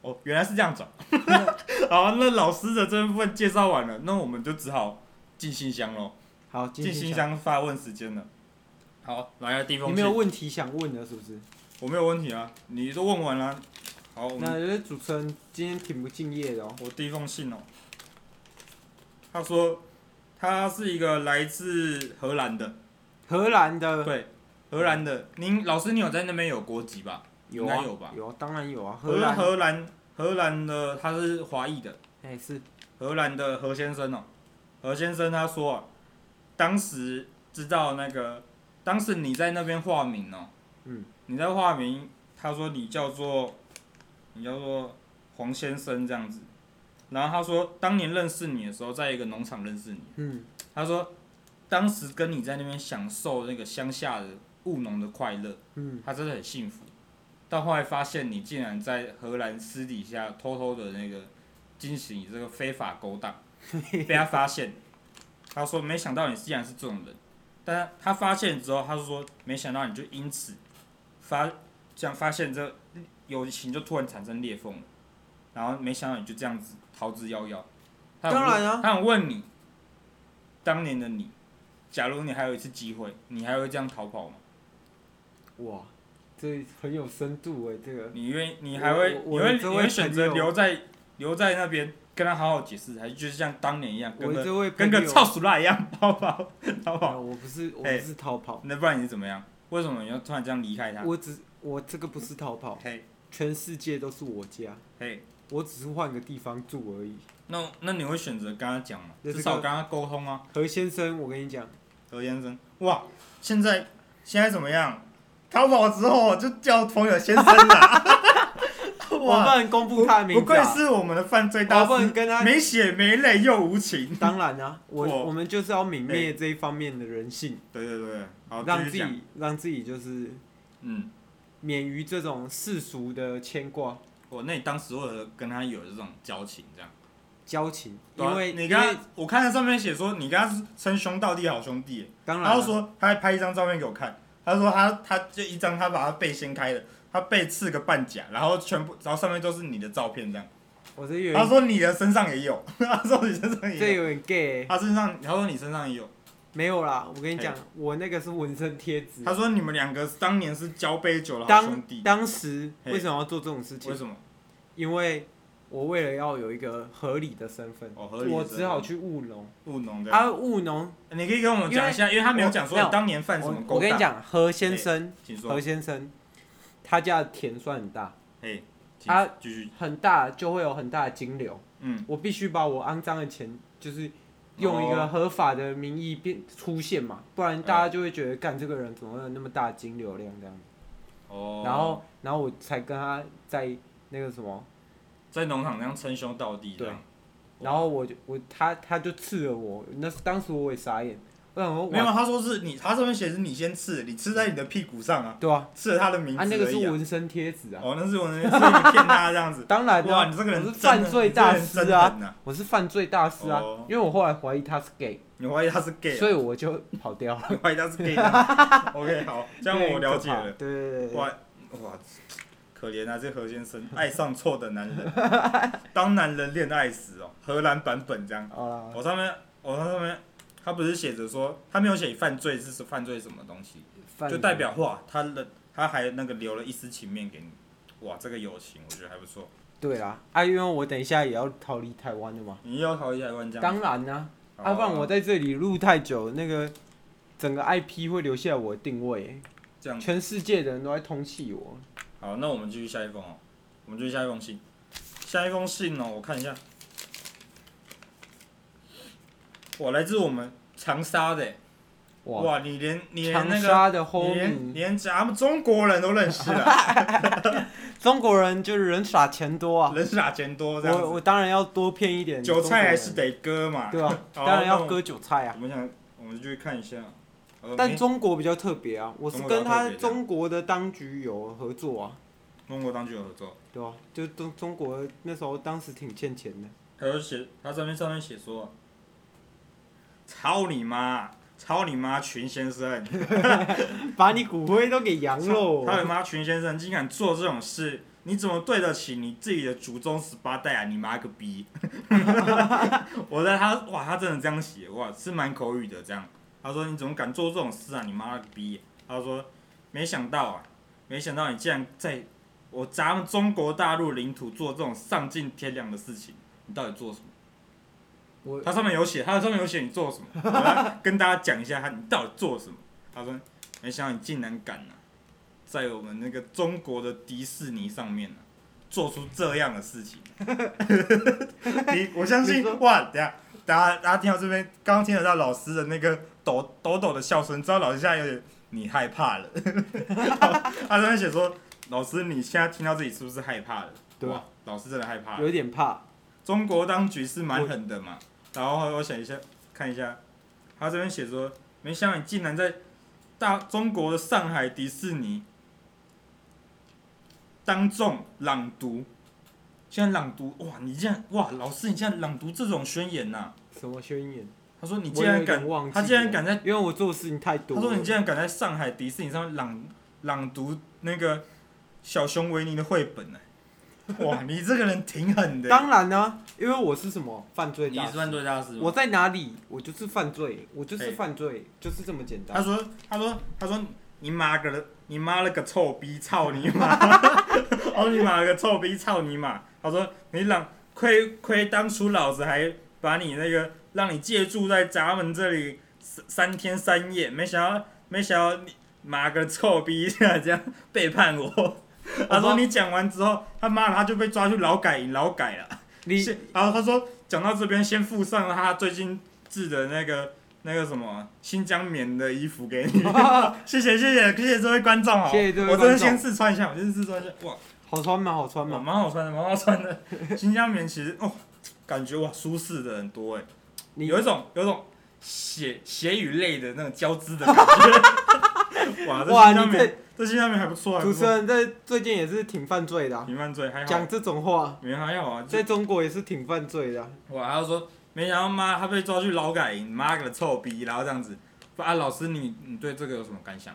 [SPEAKER 1] 哦，原来是这样子哦。 好，那老师的这部分介绍完了，那我们就只好进信箱喽。
[SPEAKER 3] 好，
[SPEAKER 1] 进
[SPEAKER 3] 行
[SPEAKER 1] 信，箱发问时间了。好，来啊，第一
[SPEAKER 3] 你
[SPEAKER 1] 封
[SPEAKER 3] 没
[SPEAKER 1] 信
[SPEAKER 3] 有，问题想问的，是不是？
[SPEAKER 1] 我没有问题啊，你都问完了。好，我们
[SPEAKER 3] 那这主持人今天挺不敬业的哦。
[SPEAKER 1] 我第一封信哦，他说他是一个来自荷兰的，
[SPEAKER 3] 荷兰的
[SPEAKER 1] 对，荷兰的。您老师，你有在那边有国籍吧？
[SPEAKER 3] 有
[SPEAKER 1] 应该
[SPEAKER 3] 啊，
[SPEAKER 1] 有吧？
[SPEAKER 3] 有啊，当然有啊。荷
[SPEAKER 1] 荷
[SPEAKER 3] 兰，
[SPEAKER 1] 荷兰荷兰的他是华裔的，
[SPEAKER 3] 哎、是
[SPEAKER 1] 荷兰的何先生哦，何先生他说、啊，当时知道那个，当时你在那边化名哦，
[SPEAKER 3] 嗯，
[SPEAKER 1] 你在化名，他说你叫做，你叫做黄先生这样子，然后他说当年认识你的时候，在一个农场认识你，
[SPEAKER 3] 嗯，
[SPEAKER 1] 他说当时跟你在那边享受那个乡下的务农的快乐，
[SPEAKER 3] 嗯，
[SPEAKER 1] 他真的很幸福。但后来发现你竟然在荷兰私底下偷偷的那个进行这个非法勾 当，被他发现。他说没想到你竟然是这种人，但他发现之后，他就说没想到你就因此发这样发现这友情就突然产生裂缝了，然后没想到你就这样子逃之夭夭。他想
[SPEAKER 3] 当然啊
[SPEAKER 1] 问他想问你，当年的你，假如你还有一次机会，你还会这样逃跑吗？
[SPEAKER 3] 哇，这很有深度哎，这个
[SPEAKER 1] 你愿意，你还会，你
[SPEAKER 3] 我我的
[SPEAKER 1] 会，
[SPEAKER 3] 这
[SPEAKER 1] 你
[SPEAKER 3] 位
[SPEAKER 1] 会选择
[SPEAKER 3] 朋友
[SPEAKER 1] 留在留在那边跟他好好解释，还是就是像当年一样，跟
[SPEAKER 3] 我
[SPEAKER 1] 个
[SPEAKER 3] 这位
[SPEAKER 1] 跟个
[SPEAKER 3] 朋友
[SPEAKER 1] 操鼠辣一样逃跑逃
[SPEAKER 3] 啊
[SPEAKER 1] 跑？
[SPEAKER 3] 我不是我
[SPEAKER 1] 哎
[SPEAKER 3] 不是逃跑，
[SPEAKER 1] 那不然你是怎么样？为什么你要突然这样离开他？哦
[SPEAKER 3] 我只我这个不是逃跑，
[SPEAKER 1] 嘿，
[SPEAKER 3] 全世界都是我家，
[SPEAKER 1] 嘿，
[SPEAKER 3] 我只是换个地方住而已。
[SPEAKER 1] 那那你会选择跟他讲吗？
[SPEAKER 3] 那
[SPEAKER 1] 至
[SPEAKER 3] 这
[SPEAKER 1] 少
[SPEAKER 3] 个
[SPEAKER 1] 跟他沟通啊，
[SPEAKER 3] 何先生，我跟你讲，
[SPEAKER 1] 何先生。哇，现在现在怎么样？逃跑之后就叫朋友先生了。
[SPEAKER 3] 我不，能公布他的名
[SPEAKER 1] 不
[SPEAKER 3] 字、
[SPEAKER 1] 愧
[SPEAKER 3] 啊，
[SPEAKER 1] 是我们的犯罪
[SPEAKER 3] 我
[SPEAKER 1] 大
[SPEAKER 3] 不能
[SPEAKER 1] 师，
[SPEAKER 3] 跟他。
[SPEAKER 1] 没血没泪又无情。
[SPEAKER 3] 当然啊，我
[SPEAKER 1] 我
[SPEAKER 3] 我们就是要泯灭这一方面的人性，
[SPEAKER 1] 对对对，好，继
[SPEAKER 3] 让
[SPEAKER 1] 续
[SPEAKER 3] 自
[SPEAKER 1] 讲，
[SPEAKER 3] 己让自己就是
[SPEAKER 1] 嗯。
[SPEAKER 3] 免于这种世俗的牵挂
[SPEAKER 1] 我那你当时为何跟他有这种交情？这样，
[SPEAKER 3] 交情，
[SPEAKER 1] 对啊
[SPEAKER 3] 因为
[SPEAKER 1] 你
[SPEAKER 3] 因
[SPEAKER 1] 跟
[SPEAKER 3] 为
[SPEAKER 1] 他，我看他上面写说你跟他是称兄道弟、好兄弟，
[SPEAKER 3] 当然
[SPEAKER 1] 然
[SPEAKER 3] 啊
[SPEAKER 1] 后说他还拍一张照片给我看，他说他他就一张他把他背掀开的，他背刺个半甲，然后全部然后上面都是你的照片这样，
[SPEAKER 3] 我这有
[SPEAKER 1] 他
[SPEAKER 3] 点
[SPEAKER 1] 说你的身上也有，他说你身上
[SPEAKER 3] 这
[SPEAKER 1] 也有，
[SPEAKER 3] 有点 gay，欸、
[SPEAKER 1] 他身上他说你身上也有，
[SPEAKER 3] 没有啦，我跟你讲，我那个是纹身贴纸。
[SPEAKER 1] 他说你们两个当年是交杯酒的好兄
[SPEAKER 3] 当
[SPEAKER 1] 弟，
[SPEAKER 3] 当时
[SPEAKER 1] 嘿
[SPEAKER 3] 为什么要做这种事
[SPEAKER 1] 为
[SPEAKER 3] 情？
[SPEAKER 1] 什么？
[SPEAKER 3] 因为我为了要有一个合理的身份，
[SPEAKER 1] 哦合理的身份
[SPEAKER 3] 我只好去务农。
[SPEAKER 1] 务农的，
[SPEAKER 3] 啊，务农，
[SPEAKER 1] 你可以跟我们讲一下，因为他没有讲说
[SPEAKER 3] 我
[SPEAKER 1] 你当年犯什么
[SPEAKER 3] 我
[SPEAKER 1] 勾当。
[SPEAKER 3] 我跟你，讲，何先生，
[SPEAKER 1] 请说
[SPEAKER 3] 何。先生，他家的田算很大，
[SPEAKER 1] 嘿，请
[SPEAKER 3] 啊
[SPEAKER 1] 继续，
[SPEAKER 3] 很大就会有很大的金流。
[SPEAKER 1] 嗯，
[SPEAKER 3] 我必须把我肮脏的钱，就是用一
[SPEAKER 1] 哦
[SPEAKER 3] 个合法的名义变出现嘛，不然大家就会觉得干这个人怎么会有那么大的金流量这样。
[SPEAKER 1] 哦，哦
[SPEAKER 3] 然后，然后我才跟他在那个什么。
[SPEAKER 1] 在农场这样称兄道弟这样，
[SPEAKER 3] 然后我就我他他就刺了我，那当时我也傻眼，我想说
[SPEAKER 1] 没有，
[SPEAKER 3] 哦
[SPEAKER 1] 啊
[SPEAKER 3] 哇，
[SPEAKER 1] 他说是你，他上面写是你先刺，你刺在你的屁股上啊，
[SPEAKER 3] 对啊，
[SPEAKER 1] 刺了他的名字
[SPEAKER 3] 啊
[SPEAKER 1] 而已
[SPEAKER 3] 那个是纹身贴纸啊，，
[SPEAKER 1] 哦，那是我那是你骗他这样子
[SPEAKER 3] 当然
[SPEAKER 1] 哇，
[SPEAKER 3] 啊，
[SPEAKER 1] 你这个人
[SPEAKER 3] 我是
[SPEAKER 1] 真的
[SPEAKER 3] 犯罪大师
[SPEAKER 1] 你这个人
[SPEAKER 3] 啊
[SPEAKER 1] 真狠呐！
[SPEAKER 3] 我是犯罪大师啊
[SPEAKER 1] 哦，
[SPEAKER 3] 因为我后来怀疑他是 gay，
[SPEAKER 1] 你怀疑他是 gay，
[SPEAKER 3] 所以我就跑掉了。
[SPEAKER 1] 啊怀疑他是 gay 啊。OK，好，这样我了解
[SPEAKER 3] 对
[SPEAKER 1] 了。
[SPEAKER 3] 对对对，
[SPEAKER 1] 哇哇，可怜啊，这何先生爱上错的男人，当男人恋爱时哦，荷兰版本这样。
[SPEAKER 3] 好啦，
[SPEAKER 1] 我上面，我上面，哦他不是写着说，他没有写犯罪是是犯罪什么东西，
[SPEAKER 3] 犯
[SPEAKER 1] 就代表哇，他的他还那个留了一丝情面给你，哇，这个友情我觉得还不错。
[SPEAKER 3] 对啦，啊，因为我等一下也要逃离台湾的嘛，
[SPEAKER 1] 你要逃一下万这样，哦
[SPEAKER 3] 当然啦，
[SPEAKER 1] 好
[SPEAKER 3] 啊，不然我在这里录太久，那个整个 IP 会留下我的定位，
[SPEAKER 1] 这样
[SPEAKER 3] 全世界的人都在通气我。
[SPEAKER 1] 好，那我们继续下一封哦，我们继续下一封信，下一封信哦，我看一下，哇，来自我们长沙的耶，欸
[SPEAKER 3] 哇
[SPEAKER 1] 哇，你连你连
[SPEAKER 3] 长
[SPEAKER 1] 那个。
[SPEAKER 3] 沙的
[SPEAKER 1] 你连
[SPEAKER 3] homie，
[SPEAKER 1] 连咱们中国人都认识 了，
[SPEAKER 3] 中国人就是人傻钱多啊！
[SPEAKER 1] 人是哪钱多这样
[SPEAKER 3] 我
[SPEAKER 1] 子
[SPEAKER 3] 我？当然要多骗一点中
[SPEAKER 1] 韭
[SPEAKER 3] 国人。
[SPEAKER 1] 菜还是得啊哦割嘛。
[SPEAKER 3] 对吧？
[SPEAKER 1] 好
[SPEAKER 3] 当然
[SPEAKER 1] 那
[SPEAKER 3] 要
[SPEAKER 1] 我
[SPEAKER 3] 割韭菜啊！
[SPEAKER 1] 我们想，我们就去看一下。呃
[SPEAKER 3] 但
[SPEAKER 1] 没
[SPEAKER 3] 中国比较特别啊，我是
[SPEAKER 1] 中国比较
[SPEAKER 3] 跟他
[SPEAKER 1] 特别这样
[SPEAKER 3] 中国的当局有合作啊，
[SPEAKER 1] 中国当局有合作，
[SPEAKER 3] 对吧？就中中国那时候当时挺欠钱 的，
[SPEAKER 1] 他就写，他上面上面写说，操你妈，操你妈，群先生，
[SPEAKER 3] 把你骨灰都给羊喽！
[SPEAKER 1] 操你妈，群先生，竟敢做这种事，你怎么对得起你自己的祖宗十八代啊？你妈个逼！ 我在他哇，他真的这样写哇，是蛮口语的这样。他说你怎么敢做这种事啊？你妈了个逼！他说没想到啊，没想到你竟然在我咱们中国大陆领土做这种丧尽天良的事情，你到底做什么？
[SPEAKER 3] 我
[SPEAKER 1] 他上面有写，他上面有写你做什 么，我来跟大家讲一下他你到底做什么。他说没想到你竟然敢啊，在我们那个中国的迪士尼上面啊，做出这样的事情。啊 你我相信
[SPEAKER 3] 你说
[SPEAKER 1] 哇，等一下大家大家听到这边，刚刚听得到老师的那个抖抖抖的笑声，知道老师现在有点你害怕了。 他上面写说，老师你现在听到这里是不是害怕了？
[SPEAKER 3] 对啊
[SPEAKER 1] 哇，老师真的害怕了。
[SPEAKER 3] 有点怕，
[SPEAKER 1] 中国当局是蛮狠的嘛。然后我想一下，看一下，他这边写说，没想到你竟然在大中国的上海迪士尼当众朗读，现在朗读，哇，你竟然哇，老师你竟然朗读这种宣言呐、
[SPEAKER 3] 什么宣言？
[SPEAKER 1] 他说你
[SPEAKER 3] 我
[SPEAKER 1] 竟
[SPEAKER 3] 有
[SPEAKER 1] 然
[SPEAKER 3] 点
[SPEAKER 1] 敢，
[SPEAKER 3] 忘记
[SPEAKER 1] 他竟然
[SPEAKER 3] 了
[SPEAKER 1] 敢在，
[SPEAKER 3] 因为我做的事情太多
[SPEAKER 1] 他
[SPEAKER 3] 了。
[SPEAKER 1] 说你竟然敢在上海迪士尼上面朗朗读那个小熊维尼的绘本呢、哇，你这个人挺狠的、
[SPEAKER 3] 当然呢、因为我是什么犯罪
[SPEAKER 1] 你
[SPEAKER 3] 大
[SPEAKER 1] 是
[SPEAKER 3] 师
[SPEAKER 1] 犯罪大师吗
[SPEAKER 3] 我在哪里，我就是犯罪，我就是
[SPEAKER 1] 嘿
[SPEAKER 3] 犯罪，就是这么简
[SPEAKER 1] 他
[SPEAKER 3] 单。
[SPEAKER 1] 说：“他说，他说，你妈个了，你妈了个臭逼，操你妈！ 哦，你妈了个臭逼，操你妈！”他说：“你让亏亏当初老子还把你那个让你借住在咱们这里三三天三夜，没想到没想到你妈个臭逼， 现在这样背叛我。” 他说：“你讲完之后，他妈的他就被抓去劳改营劳改了。”
[SPEAKER 3] 你
[SPEAKER 1] 先，然后他说讲到这边，先附上他最近制的那个那个什么新疆棉的衣服给你， 谢谢谢谢谢谢这位观众哦，
[SPEAKER 3] 谢谢这
[SPEAKER 1] 我
[SPEAKER 3] 位
[SPEAKER 1] 真的
[SPEAKER 3] 观众
[SPEAKER 1] 先试穿一下，我先试穿一下，哇，
[SPEAKER 3] 好穿吗？好穿
[SPEAKER 1] 哇
[SPEAKER 3] 吗？
[SPEAKER 1] 蛮好穿的，蛮好穿的，新疆棉其实哦，感觉哇舒适的很多哎，
[SPEAKER 3] 你
[SPEAKER 1] 有一种有一种血血与泪的那种交织的感觉， 哇，这
[SPEAKER 3] 哇
[SPEAKER 1] 新疆
[SPEAKER 3] 你
[SPEAKER 1] 棉这新疆棉还不错，还不
[SPEAKER 3] 主持
[SPEAKER 1] 错，
[SPEAKER 3] 人在最近也是挺犯罪的啊、
[SPEAKER 1] 平犯罪还好
[SPEAKER 3] 讲，这种话，
[SPEAKER 1] 没还好啊，这
[SPEAKER 3] 在中国也是挺犯罪的啊、
[SPEAKER 1] 哇，他就说没想到妈他被抓去劳改营，妈个臭逼，然后这样子。啊，老师你你对这个有什么感想？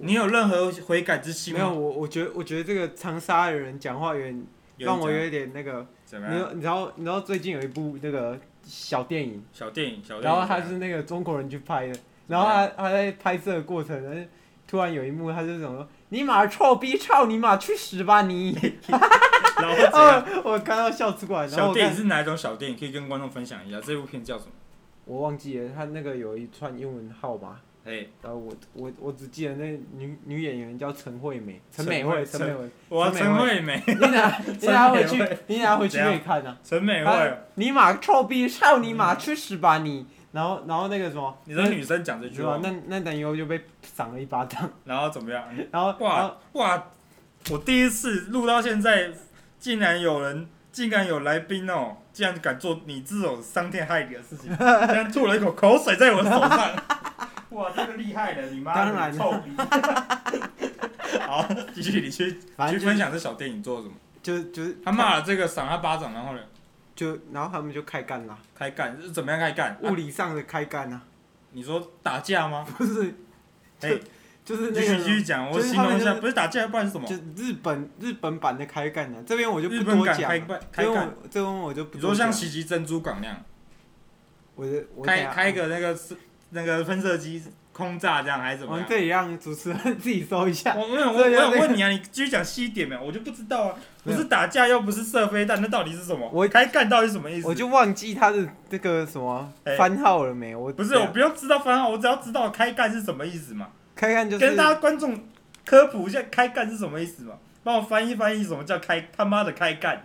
[SPEAKER 1] 你有任何悔改之心
[SPEAKER 3] 没
[SPEAKER 1] 吗？
[SPEAKER 3] 有，我我觉得我觉得这个长沙的人讲话有点
[SPEAKER 1] 有
[SPEAKER 3] 让我
[SPEAKER 1] 人
[SPEAKER 3] 有一点那个，
[SPEAKER 1] 怎么
[SPEAKER 3] 你知
[SPEAKER 1] 样？
[SPEAKER 3] 道你知道你知道最近有一部那个小电影，
[SPEAKER 1] 小电影，小电影。
[SPEAKER 3] 然后他
[SPEAKER 1] 怎
[SPEAKER 3] 是
[SPEAKER 1] 么
[SPEAKER 3] 那个中国人去拍的，
[SPEAKER 1] 怎
[SPEAKER 3] 然
[SPEAKER 1] 么
[SPEAKER 3] 后
[SPEAKER 1] 样
[SPEAKER 3] 他他在拍摄的过程，突然有一幕他就怎么说：“你妈臭逼，操你妈，去死吧你
[SPEAKER 1] 样， 然！”后怎样？
[SPEAKER 3] 啊我看到笑出来，然后
[SPEAKER 1] 小
[SPEAKER 3] 我
[SPEAKER 1] 电
[SPEAKER 3] 看
[SPEAKER 1] 影是哪一种小电影？可以跟观众分享一下。这部片叫什么？
[SPEAKER 3] 我忘记了，他那个有一串英文号码，
[SPEAKER 1] 嘿，
[SPEAKER 3] 然后我我我只记得那女女演员叫陈惠美，陈
[SPEAKER 1] 陈
[SPEAKER 3] 美
[SPEAKER 1] 惠
[SPEAKER 3] 惠，陈美惠，
[SPEAKER 1] 我
[SPEAKER 3] 陈
[SPEAKER 1] 陈
[SPEAKER 3] 美
[SPEAKER 1] 惠美，
[SPEAKER 3] 你 拿你拿回
[SPEAKER 1] 陈美
[SPEAKER 3] 去，你拿回去
[SPEAKER 1] 怎样
[SPEAKER 3] 可以看啊。
[SPEAKER 1] 陈美
[SPEAKER 3] 啊
[SPEAKER 1] 惠，
[SPEAKER 3] 尼玛臭逼，操你妈，去死吧你！然后然后那个什么，
[SPEAKER 1] 你说女生讲这句
[SPEAKER 3] 对吧
[SPEAKER 1] 话？，
[SPEAKER 3] 那那男优就被赏了一巴掌，
[SPEAKER 1] 然后怎么样？
[SPEAKER 3] 然后然后
[SPEAKER 1] 哇哇！我第一次录到现在，竟然有人，竟然有来宾哦，竟然敢做你这种伤天害理的事 情，竟然吐了一口口水在我手上。 哇，这个厉害了，你妈！
[SPEAKER 3] 当然
[SPEAKER 1] 你臭逼。 好，继续，你去
[SPEAKER 3] 反
[SPEAKER 1] 去
[SPEAKER 3] 正
[SPEAKER 1] 分
[SPEAKER 3] 就
[SPEAKER 1] 享这小电影做什么？
[SPEAKER 3] 就就是
[SPEAKER 1] 他骂了这个，赏他巴掌，然后呢，
[SPEAKER 3] 就然后他们就开干啦，
[SPEAKER 1] 开干，是怎么样开干？
[SPEAKER 3] 物
[SPEAKER 1] 啊
[SPEAKER 3] 理上的开干啊，
[SPEAKER 1] 你说打架吗？
[SPEAKER 3] 不是
[SPEAKER 1] 哎，
[SPEAKER 3] 就是
[SPEAKER 1] 继
[SPEAKER 3] 那
[SPEAKER 1] 续继续
[SPEAKER 3] 个
[SPEAKER 1] 讲，我
[SPEAKER 3] 就是
[SPEAKER 1] 形
[SPEAKER 3] 他们
[SPEAKER 1] 容一下，
[SPEAKER 3] 就是
[SPEAKER 1] 不是打架，不然是什么
[SPEAKER 3] 就？日本日本版的开干啊，这边我就
[SPEAKER 1] 日
[SPEAKER 3] 不
[SPEAKER 1] 本
[SPEAKER 3] 多
[SPEAKER 1] 敢
[SPEAKER 3] 讲
[SPEAKER 1] 开
[SPEAKER 3] 了，
[SPEAKER 1] 干
[SPEAKER 3] 这
[SPEAKER 1] 开
[SPEAKER 3] 边
[SPEAKER 1] 干，
[SPEAKER 3] 我这边我就不
[SPEAKER 1] 你
[SPEAKER 3] 多
[SPEAKER 1] 说像
[SPEAKER 3] 讲，
[SPEAKER 1] 袭击珍珠港那样。
[SPEAKER 3] 我的我等
[SPEAKER 1] 开
[SPEAKER 3] 下
[SPEAKER 1] 开个那个是那个喷射机轰炸这样还是怎
[SPEAKER 3] 我
[SPEAKER 1] 么
[SPEAKER 3] 们
[SPEAKER 1] 样？
[SPEAKER 3] 这里让主持人 自己搜一下，
[SPEAKER 1] 我没有我
[SPEAKER 3] 哦对啊
[SPEAKER 1] 我
[SPEAKER 3] 对
[SPEAKER 1] 想
[SPEAKER 3] 对
[SPEAKER 1] 问你啊，你继续讲细一点没有？我就不知道啊，不
[SPEAKER 3] 没有
[SPEAKER 1] 是打架又不是射飞弹，那到底是什么？
[SPEAKER 3] 我
[SPEAKER 1] 开干到底是什么意思？
[SPEAKER 3] 我就忘记他的这个什么
[SPEAKER 1] 哎
[SPEAKER 3] 番号了没，我
[SPEAKER 1] 不是
[SPEAKER 3] 等
[SPEAKER 1] 我
[SPEAKER 3] 下
[SPEAKER 1] 不用知道番号，我只要知道开干是什么意思嘛，
[SPEAKER 3] 开干就是
[SPEAKER 1] 跟大家观众科普一下开干是什么意思嘛，帮我翻译翻译什么叫开他妈的开干。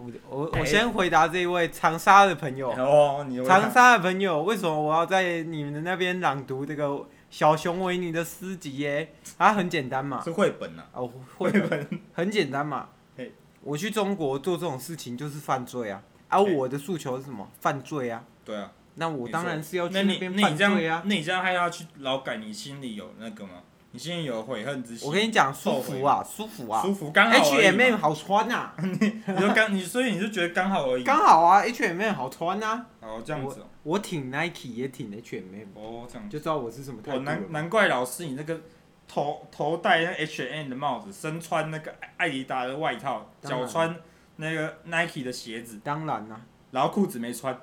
[SPEAKER 3] 我我
[SPEAKER 1] 哎
[SPEAKER 3] 我先回答这一位长沙的朋友，
[SPEAKER 1] 哦，你会
[SPEAKER 3] 长
[SPEAKER 1] 看
[SPEAKER 3] 沙的朋友，为什么我要在你们那边朗读这个小熊维尼的诗集耶？啊，很简单嘛，
[SPEAKER 1] 是绘本呐、啊，
[SPEAKER 3] 哦，
[SPEAKER 1] 绘
[SPEAKER 3] 会
[SPEAKER 1] 本
[SPEAKER 3] 很简单嘛
[SPEAKER 1] 嘿。
[SPEAKER 3] 我去中国做这种事情就是犯罪啊！啊，
[SPEAKER 1] 嘿
[SPEAKER 3] 我的诉求是什么？犯罪啊！
[SPEAKER 1] 对啊。
[SPEAKER 3] 那我当然是要去
[SPEAKER 1] 那你
[SPEAKER 3] 边
[SPEAKER 1] 那
[SPEAKER 3] 犯
[SPEAKER 1] 你这样
[SPEAKER 3] 罪啊！
[SPEAKER 1] 那你这样害他去劳改，你心里有那个吗？你心里有悔恨之心？
[SPEAKER 3] 我跟你讲，舒服啊，舒服啊
[SPEAKER 1] 舒服，刚好而已
[SPEAKER 3] ！H&M
[SPEAKER 1] 嘛
[SPEAKER 3] 好穿啊，
[SPEAKER 1] 你说刚你所以你就觉得刚好而已，
[SPEAKER 3] 刚好啊，H&M 好穿啊！
[SPEAKER 1] 好这样子哦
[SPEAKER 3] 我挺 Nike 也挺 H&M，
[SPEAKER 1] 哦，这样子，
[SPEAKER 3] 就知道我是什么态
[SPEAKER 1] 我
[SPEAKER 3] 度了
[SPEAKER 1] 难
[SPEAKER 3] 嘛。
[SPEAKER 1] 难怪老师你那个头头戴那 H N 的帽子，身穿那个艾艾迪达的外套，
[SPEAKER 3] 当然
[SPEAKER 1] 脚穿那个 Nike 的鞋子，
[SPEAKER 3] 当然啦、
[SPEAKER 1] 然后裤子没穿，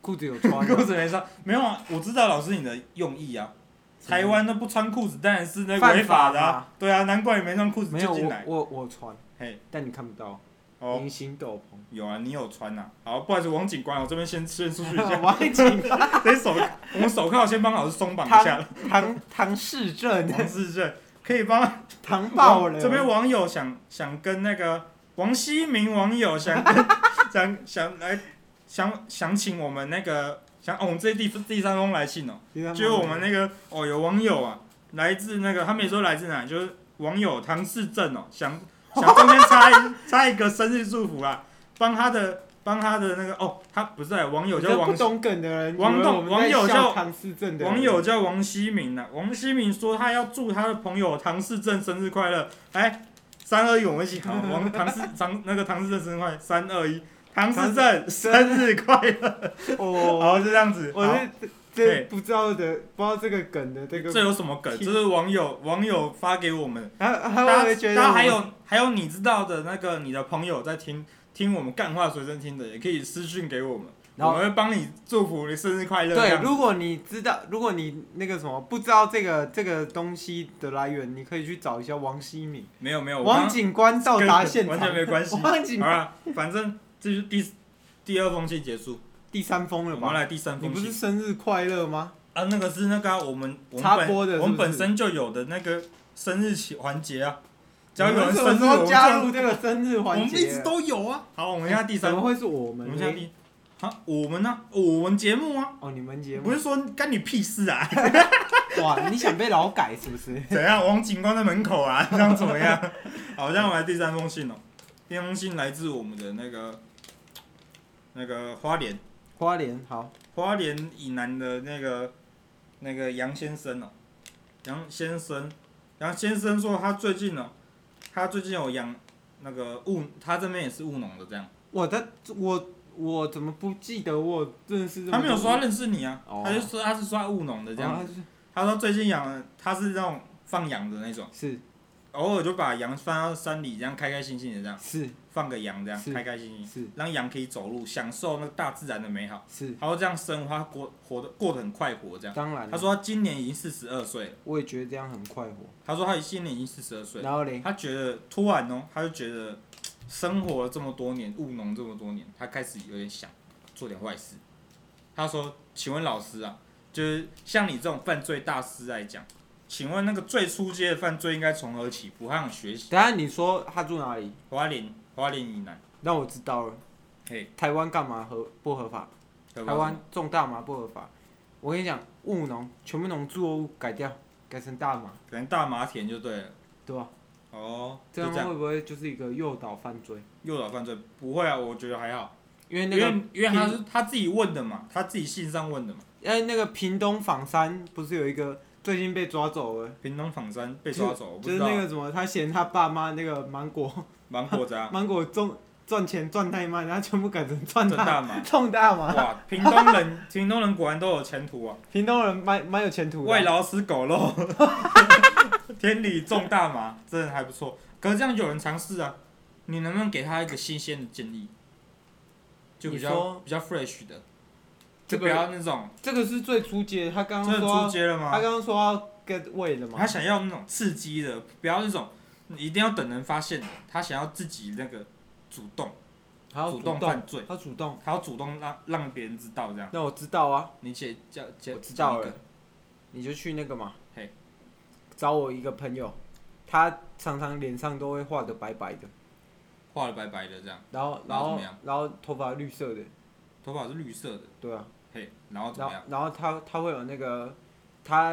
[SPEAKER 3] 裤子有穿、啊。
[SPEAKER 1] 裤子没穿，没有啊，我知道老师你的用意啊。
[SPEAKER 3] 什么
[SPEAKER 1] 台湾那不穿裤子当然是那
[SPEAKER 3] 犯
[SPEAKER 1] 违法的、
[SPEAKER 3] 法
[SPEAKER 1] 啊，对啊，难怪你没穿裤子
[SPEAKER 3] 没有
[SPEAKER 1] 就进
[SPEAKER 3] 我
[SPEAKER 1] 来。
[SPEAKER 3] 我我有穿，
[SPEAKER 1] 嘿，
[SPEAKER 3] 但你看不到
[SPEAKER 1] 哦，
[SPEAKER 3] 明星斗篷。
[SPEAKER 1] 有啊，你有穿呐、好，不好意思，王警官，我这边先先出去 一下，
[SPEAKER 3] 王景
[SPEAKER 1] 等手我们手铐先帮老师松绑一下。
[SPEAKER 3] 唐唐唐市政
[SPEAKER 1] 王世正可以帮
[SPEAKER 3] 唐 爆了。
[SPEAKER 1] 哦这边网友想想跟那个王希明网友想跟 想想来想想请我们那个想哦，我们这第第三封来信哦，
[SPEAKER 3] 其实他
[SPEAKER 1] 就是我们那个哦有网友啊，来自那个他没说来自哪，就是网友唐世正哦， 想想中间插一插一个生日祝福啊，帮他的帮他的那个哦，他不是、啊、网友
[SPEAKER 3] 我
[SPEAKER 1] 叫
[SPEAKER 3] 觉得
[SPEAKER 1] 王
[SPEAKER 3] 不懂梗的人，
[SPEAKER 1] 王
[SPEAKER 3] 以为
[SPEAKER 1] 董
[SPEAKER 3] 我们
[SPEAKER 1] 网
[SPEAKER 3] 在
[SPEAKER 1] 友
[SPEAKER 3] 笑
[SPEAKER 1] 叫
[SPEAKER 3] 唐市政的人
[SPEAKER 1] 网友叫王希明呢、王希明说他要祝他的朋友唐世正生日快乐。哎，三二一，我们一 起好，王唐世唐那个唐世正生日快乐，三二一，唐世 正生日快 乐。
[SPEAKER 3] 哦，
[SPEAKER 1] 好，就这样子。
[SPEAKER 3] 我
[SPEAKER 1] 好
[SPEAKER 3] 是这
[SPEAKER 1] 嘿
[SPEAKER 3] 不知道的，不知道这个梗的这
[SPEAKER 1] 这
[SPEAKER 3] 个，
[SPEAKER 1] 有什么 梗？这是网友网友发给我们。
[SPEAKER 3] 他他会
[SPEAKER 1] 大
[SPEAKER 3] 不
[SPEAKER 1] 家
[SPEAKER 3] 会觉得
[SPEAKER 1] 大家
[SPEAKER 3] 我
[SPEAKER 1] 还有还有你知道的那个你的朋友在听听我们干话随身听的，也可以私讯给我们，
[SPEAKER 3] 然后
[SPEAKER 1] 我们会帮你祝福你生日快乐。这
[SPEAKER 3] 对，
[SPEAKER 1] 样子
[SPEAKER 3] 如果你知道，如果你那个什么不知道这个这个东西的来源，你可以去找一下王希敏、
[SPEAKER 1] 没有没有，我刚
[SPEAKER 3] 王警官到达
[SPEAKER 1] 跟
[SPEAKER 3] 现场
[SPEAKER 1] 完，全没关系。
[SPEAKER 3] 王警
[SPEAKER 1] 好了，反正这是第第二封信结束，
[SPEAKER 3] 第三封
[SPEAKER 1] 嗯我
[SPEAKER 3] 了
[SPEAKER 1] 们
[SPEAKER 3] 吧？
[SPEAKER 1] 来第三
[SPEAKER 3] 你
[SPEAKER 1] 封
[SPEAKER 3] 不是
[SPEAKER 1] 信
[SPEAKER 3] 生日快乐吗？
[SPEAKER 1] 啊，那个是那个啊、我们我们
[SPEAKER 3] 插
[SPEAKER 1] 本
[SPEAKER 3] 播的是不是
[SPEAKER 1] 我们本身就有的那个生日起环节啊，只要有
[SPEAKER 3] 我
[SPEAKER 1] 人
[SPEAKER 3] 们什
[SPEAKER 1] 生
[SPEAKER 3] 么
[SPEAKER 1] 日，
[SPEAKER 3] 时
[SPEAKER 1] 我
[SPEAKER 3] 候
[SPEAKER 1] 们
[SPEAKER 3] 加入
[SPEAKER 1] 就
[SPEAKER 3] 这个生日
[SPEAKER 1] 我
[SPEAKER 3] 环
[SPEAKER 1] 们一
[SPEAKER 3] 节哎
[SPEAKER 1] 直？都有啊。好，我们现在第
[SPEAKER 3] 怎
[SPEAKER 1] 三，
[SPEAKER 3] 么会是我
[SPEAKER 1] 我
[SPEAKER 3] 们
[SPEAKER 1] 们现在
[SPEAKER 3] 呢？
[SPEAKER 1] 第啊，我们呢、我们节目啊，
[SPEAKER 3] 哦，你们节
[SPEAKER 1] 不
[SPEAKER 3] 目
[SPEAKER 1] 是说干你屁事啊？
[SPEAKER 3] 哇，你想被劳改是不是？
[SPEAKER 1] 怎样？王警官在门口啊， 这样怎么 样？好，这样我来第三封信哦、第三封信来自我们的那个那个花莲。
[SPEAKER 3] 花莲好，
[SPEAKER 1] 花莲以南的那个那个杨先生哦、杨先生，杨先生说他最近哦、他最近有养那个务，他这边也是务农的这样。
[SPEAKER 3] 我的我我怎么不记得我认识这么
[SPEAKER 1] 他没有
[SPEAKER 3] 多
[SPEAKER 1] 说他认识你啊，
[SPEAKER 3] 哦
[SPEAKER 1] 他就说他是说他务农的这样。
[SPEAKER 3] 哦
[SPEAKER 1] 他说最近养了，他是那种放羊的那种，
[SPEAKER 3] 是
[SPEAKER 1] 偶尔就把羊放到山里，这样开开心心的这样
[SPEAKER 3] 是
[SPEAKER 1] 放个羊这样
[SPEAKER 3] 是
[SPEAKER 1] 开开心心，
[SPEAKER 3] 是
[SPEAKER 1] 让羊可以走路，享受那个大自然的美好。
[SPEAKER 3] 是，
[SPEAKER 1] 他说这样生活，他过活得过得很快活这样。
[SPEAKER 3] 当然
[SPEAKER 1] 他
[SPEAKER 3] 了，
[SPEAKER 1] 说他今年已经四十二岁了。
[SPEAKER 3] 我也觉得这样很快活。
[SPEAKER 1] 他说他今年已经四十二岁，
[SPEAKER 3] 然后嘞，
[SPEAKER 1] 他觉得突然哦，他就觉得生活了这么多年，务农这么多年，他开始有点想做点坏事。他说：“请问老师啊，就是像你这种犯罪大师来讲，请问那个最初阶的犯罪应该从何起步？还想学习
[SPEAKER 3] 等一下你说他住哪里，
[SPEAKER 1] 花莲，花莲以南，
[SPEAKER 3] 那我知道了。
[SPEAKER 1] 嘿，
[SPEAKER 3] 台湾干嘛合不合法？
[SPEAKER 1] 台
[SPEAKER 3] 台湾种大麻不合法。我跟你讲，务农全部农作物改掉，改成大麻，
[SPEAKER 1] 可能大麻田就对了。
[SPEAKER 3] 对吧？
[SPEAKER 1] 哦，
[SPEAKER 3] 这
[SPEAKER 1] 就
[SPEAKER 3] 样
[SPEAKER 1] 这样，
[SPEAKER 3] 会不会就是一个诱导犯罪？
[SPEAKER 1] 诱导犯罪不会啊，我觉得还好，
[SPEAKER 3] 因为
[SPEAKER 1] 因
[SPEAKER 3] 那个
[SPEAKER 1] 为因为他是他自己问的嘛，他自己信上问的嘛。
[SPEAKER 3] 哎，那个屏东仿山不是有一个最近被抓走了，
[SPEAKER 1] 屏东仿山被抓走，我不
[SPEAKER 3] 就
[SPEAKER 1] 知
[SPEAKER 3] 是
[SPEAKER 1] 道
[SPEAKER 3] 那个什么，他嫌他爸妈那个芒果
[SPEAKER 1] 芒果渣
[SPEAKER 3] 芒果种赚钱赚太慢，然后全部改成赚
[SPEAKER 1] 赚
[SPEAKER 3] 大。
[SPEAKER 1] 大麻
[SPEAKER 3] 种大 麻。
[SPEAKER 1] 哇，屏东人，屏东人果然都有前途 啊！
[SPEAKER 3] 屏东人蛮蛮有前途
[SPEAKER 1] 喂
[SPEAKER 3] 的，啊
[SPEAKER 1] 老死狗肉， 田里种大麻，真的还不错。可是这样有人尝试啊，你能不能给他一个新鲜的建议？就比
[SPEAKER 3] 你
[SPEAKER 1] 较
[SPEAKER 3] 说
[SPEAKER 1] 比较 fresh 的，
[SPEAKER 3] 这
[SPEAKER 1] 就
[SPEAKER 3] 个
[SPEAKER 1] 不要那种
[SPEAKER 3] 这个是最初阶，他刚
[SPEAKER 1] 真
[SPEAKER 3] 刚
[SPEAKER 1] 的
[SPEAKER 3] 说
[SPEAKER 1] 出
[SPEAKER 3] 要
[SPEAKER 1] 街了
[SPEAKER 3] 他
[SPEAKER 1] 吗？
[SPEAKER 3] 刚刚说要 get 位了嘛
[SPEAKER 1] 啊他，想要那种刺激的，不要那种一定要等人发现的，他想要自己那个主动
[SPEAKER 3] 他要
[SPEAKER 1] 主
[SPEAKER 3] 动
[SPEAKER 1] 动，犯罪，
[SPEAKER 3] 他主动。
[SPEAKER 1] 他要主动让让别人知道这样。
[SPEAKER 3] 那我知道啊，
[SPEAKER 1] 你姐叫姐，
[SPEAKER 3] 我知道
[SPEAKER 1] 讲一
[SPEAKER 3] 了
[SPEAKER 1] 个，
[SPEAKER 3] 你就去那个嘛
[SPEAKER 1] 嘿，
[SPEAKER 3] 找我一个朋友，他常常脸上都会画的白白的，
[SPEAKER 1] 画的白白的这样，
[SPEAKER 3] 然后
[SPEAKER 1] 然
[SPEAKER 3] 然
[SPEAKER 1] 后怎
[SPEAKER 3] 后
[SPEAKER 1] 么样
[SPEAKER 3] 然后头发绿色的，
[SPEAKER 1] 头发是绿色的，
[SPEAKER 3] 对啊，
[SPEAKER 1] 嘿，然后怎
[SPEAKER 3] 然
[SPEAKER 1] 么
[SPEAKER 3] 后
[SPEAKER 1] 样？
[SPEAKER 3] 然后他他会有那个他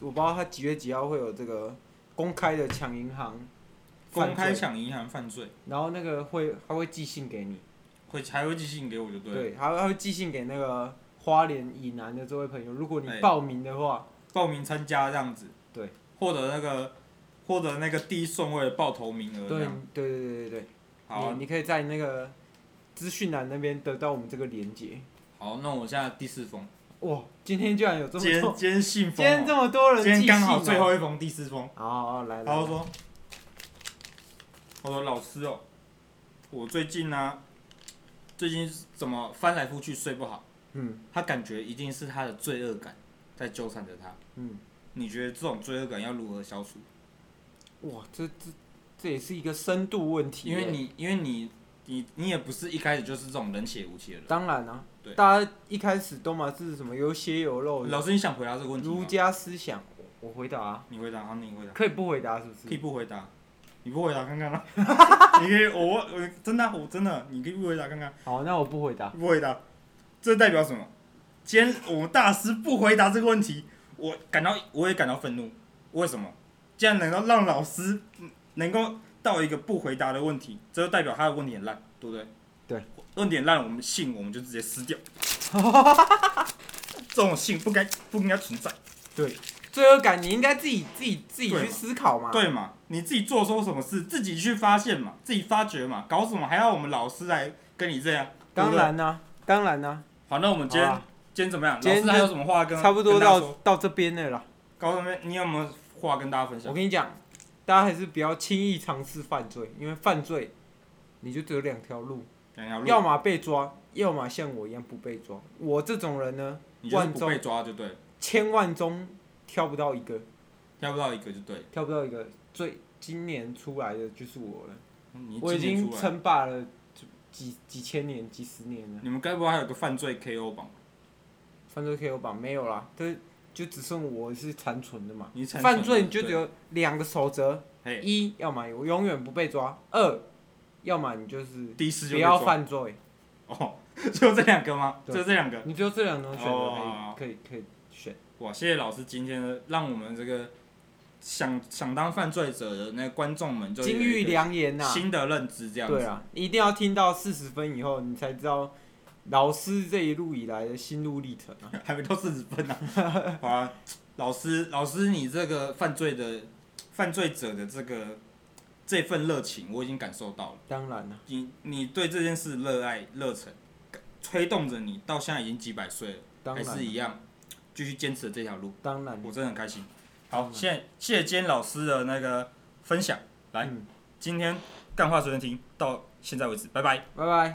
[SPEAKER 3] 我不知道他几月几号会有这个公开的抢银行，
[SPEAKER 1] 公开
[SPEAKER 3] 犯罪，
[SPEAKER 1] 抢银行犯罪，
[SPEAKER 3] 然后那个会他会寄信给你，
[SPEAKER 1] 会还会寄信给我就对了。
[SPEAKER 3] 对，他会他会寄信给那个花莲以南的这位朋友，如果你
[SPEAKER 1] 哎
[SPEAKER 3] 报名的话，
[SPEAKER 1] 报名参加这样子，
[SPEAKER 3] 对，
[SPEAKER 1] 获得那个获得那个第一顺位的报头名额这
[SPEAKER 3] 对
[SPEAKER 1] 样。
[SPEAKER 3] 对对对对对，
[SPEAKER 1] 好啊
[SPEAKER 3] 你你可以在那个资讯栏那边得到我们这个连接。
[SPEAKER 1] 好，啊那我现在第四封，
[SPEAKER 3] 哇，今天居然有这么
[SPEAKER 1] 今天
[SPEAKER 3] 多，
[SPEAKER 1] 今天信
[SPEAKER 3] 今
[SPEAKER 1] 封
[SPEAKER 3] 天
[SPEAKER 1] 哦，
[SPEAKER 3] 这么多人
[SPEAKER 1] 今
[SPEAKER 3] 寄信、哦
[SPEAKER 1] 天刚好最。后一封第四封，
[SPEAKER 3] 好好好来来，
[SPEAKER 1] 然后
[SPEAKER 3] 来
[SPEAKER 1] 说，我说老师哦，我最近呢、最近怎么翻来覆去睡不好，
[SPEAKER 3] 嗯
[SPEAKER 1] 他感觉一定是他的罪恶感在纠缠着他。
[SPEAKER 3] 嗯，
[SPEAKER 1] 你觉得这种罪恶感要如何消除？
[SPEAKER 3] 哇，这这这也是一个深度问题耶。
[SPEAKER 1] 因为你，因为你，你你也不是一开始就是这种冷血无情的人。
[SPEAKER 3] 当然啊
[SPEAKER 1] 对，
[SPEAKER 3] 大家一开始都嘛是什么有血有肉，
[SPEAKER 1] 老师，你想回答这个问题
[SPEAKER 3] 儒
[SPEAKER 1] 吗？
[SPEAKER 3] 家思想。我我回答啊，
[SPEAKER 1] 你回答，好，你回答，
[SPEAKER 3] 可以不回答是不
[SPEAKER 1] 可以
[SPEAKER 3] 是？
[SPEAKER 1] 不回答，你不回答看看啊啦、 你可以，我我真的啊、我真的，你可以不回答看看，啊
[SPEAKER 3] 好，那我不回答。
[SPEAKER 1] 不回答，啊这代表什么？今天我们大师不回答这个问题，我感到我也感到愤怒。为什么？竟然能够让老师嗯能够到一个不回答的问题，这就代表他的问题很烂，对不对？
[SPEAKER 3] 对，
[SPEAKER 1] 问题很烂，我们信我们就直接撕 掉。这种信不该不应该存在。
[SPEAKER 3] 罪恶感你应该自己自己自己
[SPEAKER 1] 对
[SPEAKER 3] 去
[SPEAKER 1] 嘛
[SPEAKER 3] 思考嘛。
[SPEAKER 1] 对嘛？你自己做错什么事，自己去发现嘛，自己发掘嘛，搞什么还要我们老师来跟你这样？
[SPEAKER 3] 当
[SPEAKER 1] 对不对。
[SPEAKER 3] 然啦，当然啦，
[SPEAKER 1] 好，那我们今天、
[SPEAKER 3] 好啊
[SPEAKER 1] 今天怎么样？
[SPEAKER 3] 今
[SPEAKER 1] 老
[SPEAKER 3] 天
[SPEAKER 1] 师还有什么话跟
[SPEAKER 3] 差不多
[SPEAKER 1] 跟大家
[SPEAKER 3] 到
[SPEAKER 1] 说
[SPEAKER 3] 到这边了啦。
[SPEAKER 1] 高中面，你有没有话跟大家分
[SPEAKER 3] 我
[SPEAKER 1] 享？
[SPEAKER 3] 跟你讲，大家还是不要轻易尝试犯罪，因为犯罪你就只有两条路，
[SPEAKER 1] 两条
[SPEAKER 3] 要
[SPEAKER 1] 路，
[SPEAKER 3] 么被抓，要么像我一样不被抓。我这种人呢，
[SPEAKER 1] 你就是
[SPEAKER 3] 万
[SPEAKER 1] 不
[SPEAKER 3] 中
[SPEAKER 1] 被抓就对了，
[SPEAKER 3] 千万中挑不到一个，
[SPEAKER 1] 挑不到一个就对了。
[SPEAKER 3] 挑不到一个。最今年出来的就是我了，
[SPEAKER 1] 你
[SPEAKER 3] 我已
[SPEAKER 1] 今年
[SPEAKER 3] 经
[SPEAKER 1] 出来，
[SPEAKER 3] 称霸了几几千年、几十年了。
[SPEAKER 1] 你们该不会还有个犯罪 KO 榜吧？
[SPEAKER 3] 犯罪 KO 榜没有啦，这就只剩我是残存的嘛。
[SPEAKER 1] 你才
[SPEAKER 3] 犯罪你就只
[SPEAKER 1] 对
[SPEAKER 3] 有两个守则：
[SPEAKER 1] 嘿，
[SPEAKER 3] 一，要么我永远不被抓；二，要么你就是
[SPEAKER 1] 第一次就
[SPEAKER 3] 不
[SPEAKER 1] 被
[SPEAKER 3] 要
[SPEAKER 1] 抓
[SPEAKER 3] 犯罪。
[SPEAKER 1] 哦， 就这两个吗？
[SPEAKER 3] 对
[SPEAKER 1] 就这两个。
[SPEAKER 3] 你就这两种选择
[SPEAKER 1] 哦
[SPEAKER 3] 可以，可以可以选。
[SPEAKER 1] 哇，谢谢老师今天的让我们这个想想当犯罪者的那观众们就有
[SPEAKER 3] 金
[SPEAKER 1] 一
[SPEAKER 3] 玉
[SPEAKER 1] 个
[SPEAKER 3] 良言呐、
[SPEAKER 1] 新的认知这样子。
[SPEAKER 3] 对啊，你一定要听到四十分以后，你才知道老师这一路以来的心路历程啊。
[SPEAKER 1] 还没到四十分呢、啊。好啊，老师，老师，你这个犯罪的犯罪者的这个这份热情，我已经感受到了。
[SPEAKER 3] 当然啊了、
[SPEAKER 1] 你你对这件事热爱热忱，推动着你到现在已经几百岁了，
[SPEAKER 3] 当
[SPEAKER 1] 还
[SPEAKER 3] 然
[SPEAKER 1] 是
[SPEAKER 3] 啦
[SPEAKER 1] 一样继续坚持这条路，
[SPEAKER 3] 当然啊
[SPEAKER 1] 我
[SPEAKER 3] 啦，
[SPEAKER 1] 真的很开心。
[SPEAKER 3] 当
[SPEAKER 1] 好，
[SPEAKER 3] 然
[SPEAKER 1] 谢谢谢谢今天老师的那个分享，来，
[SPEAKER 3] 嗯，
[SPEAKER 1] 今天干话随身听到现在为止，拜拜。
[SPEAKER 3] 拜拜。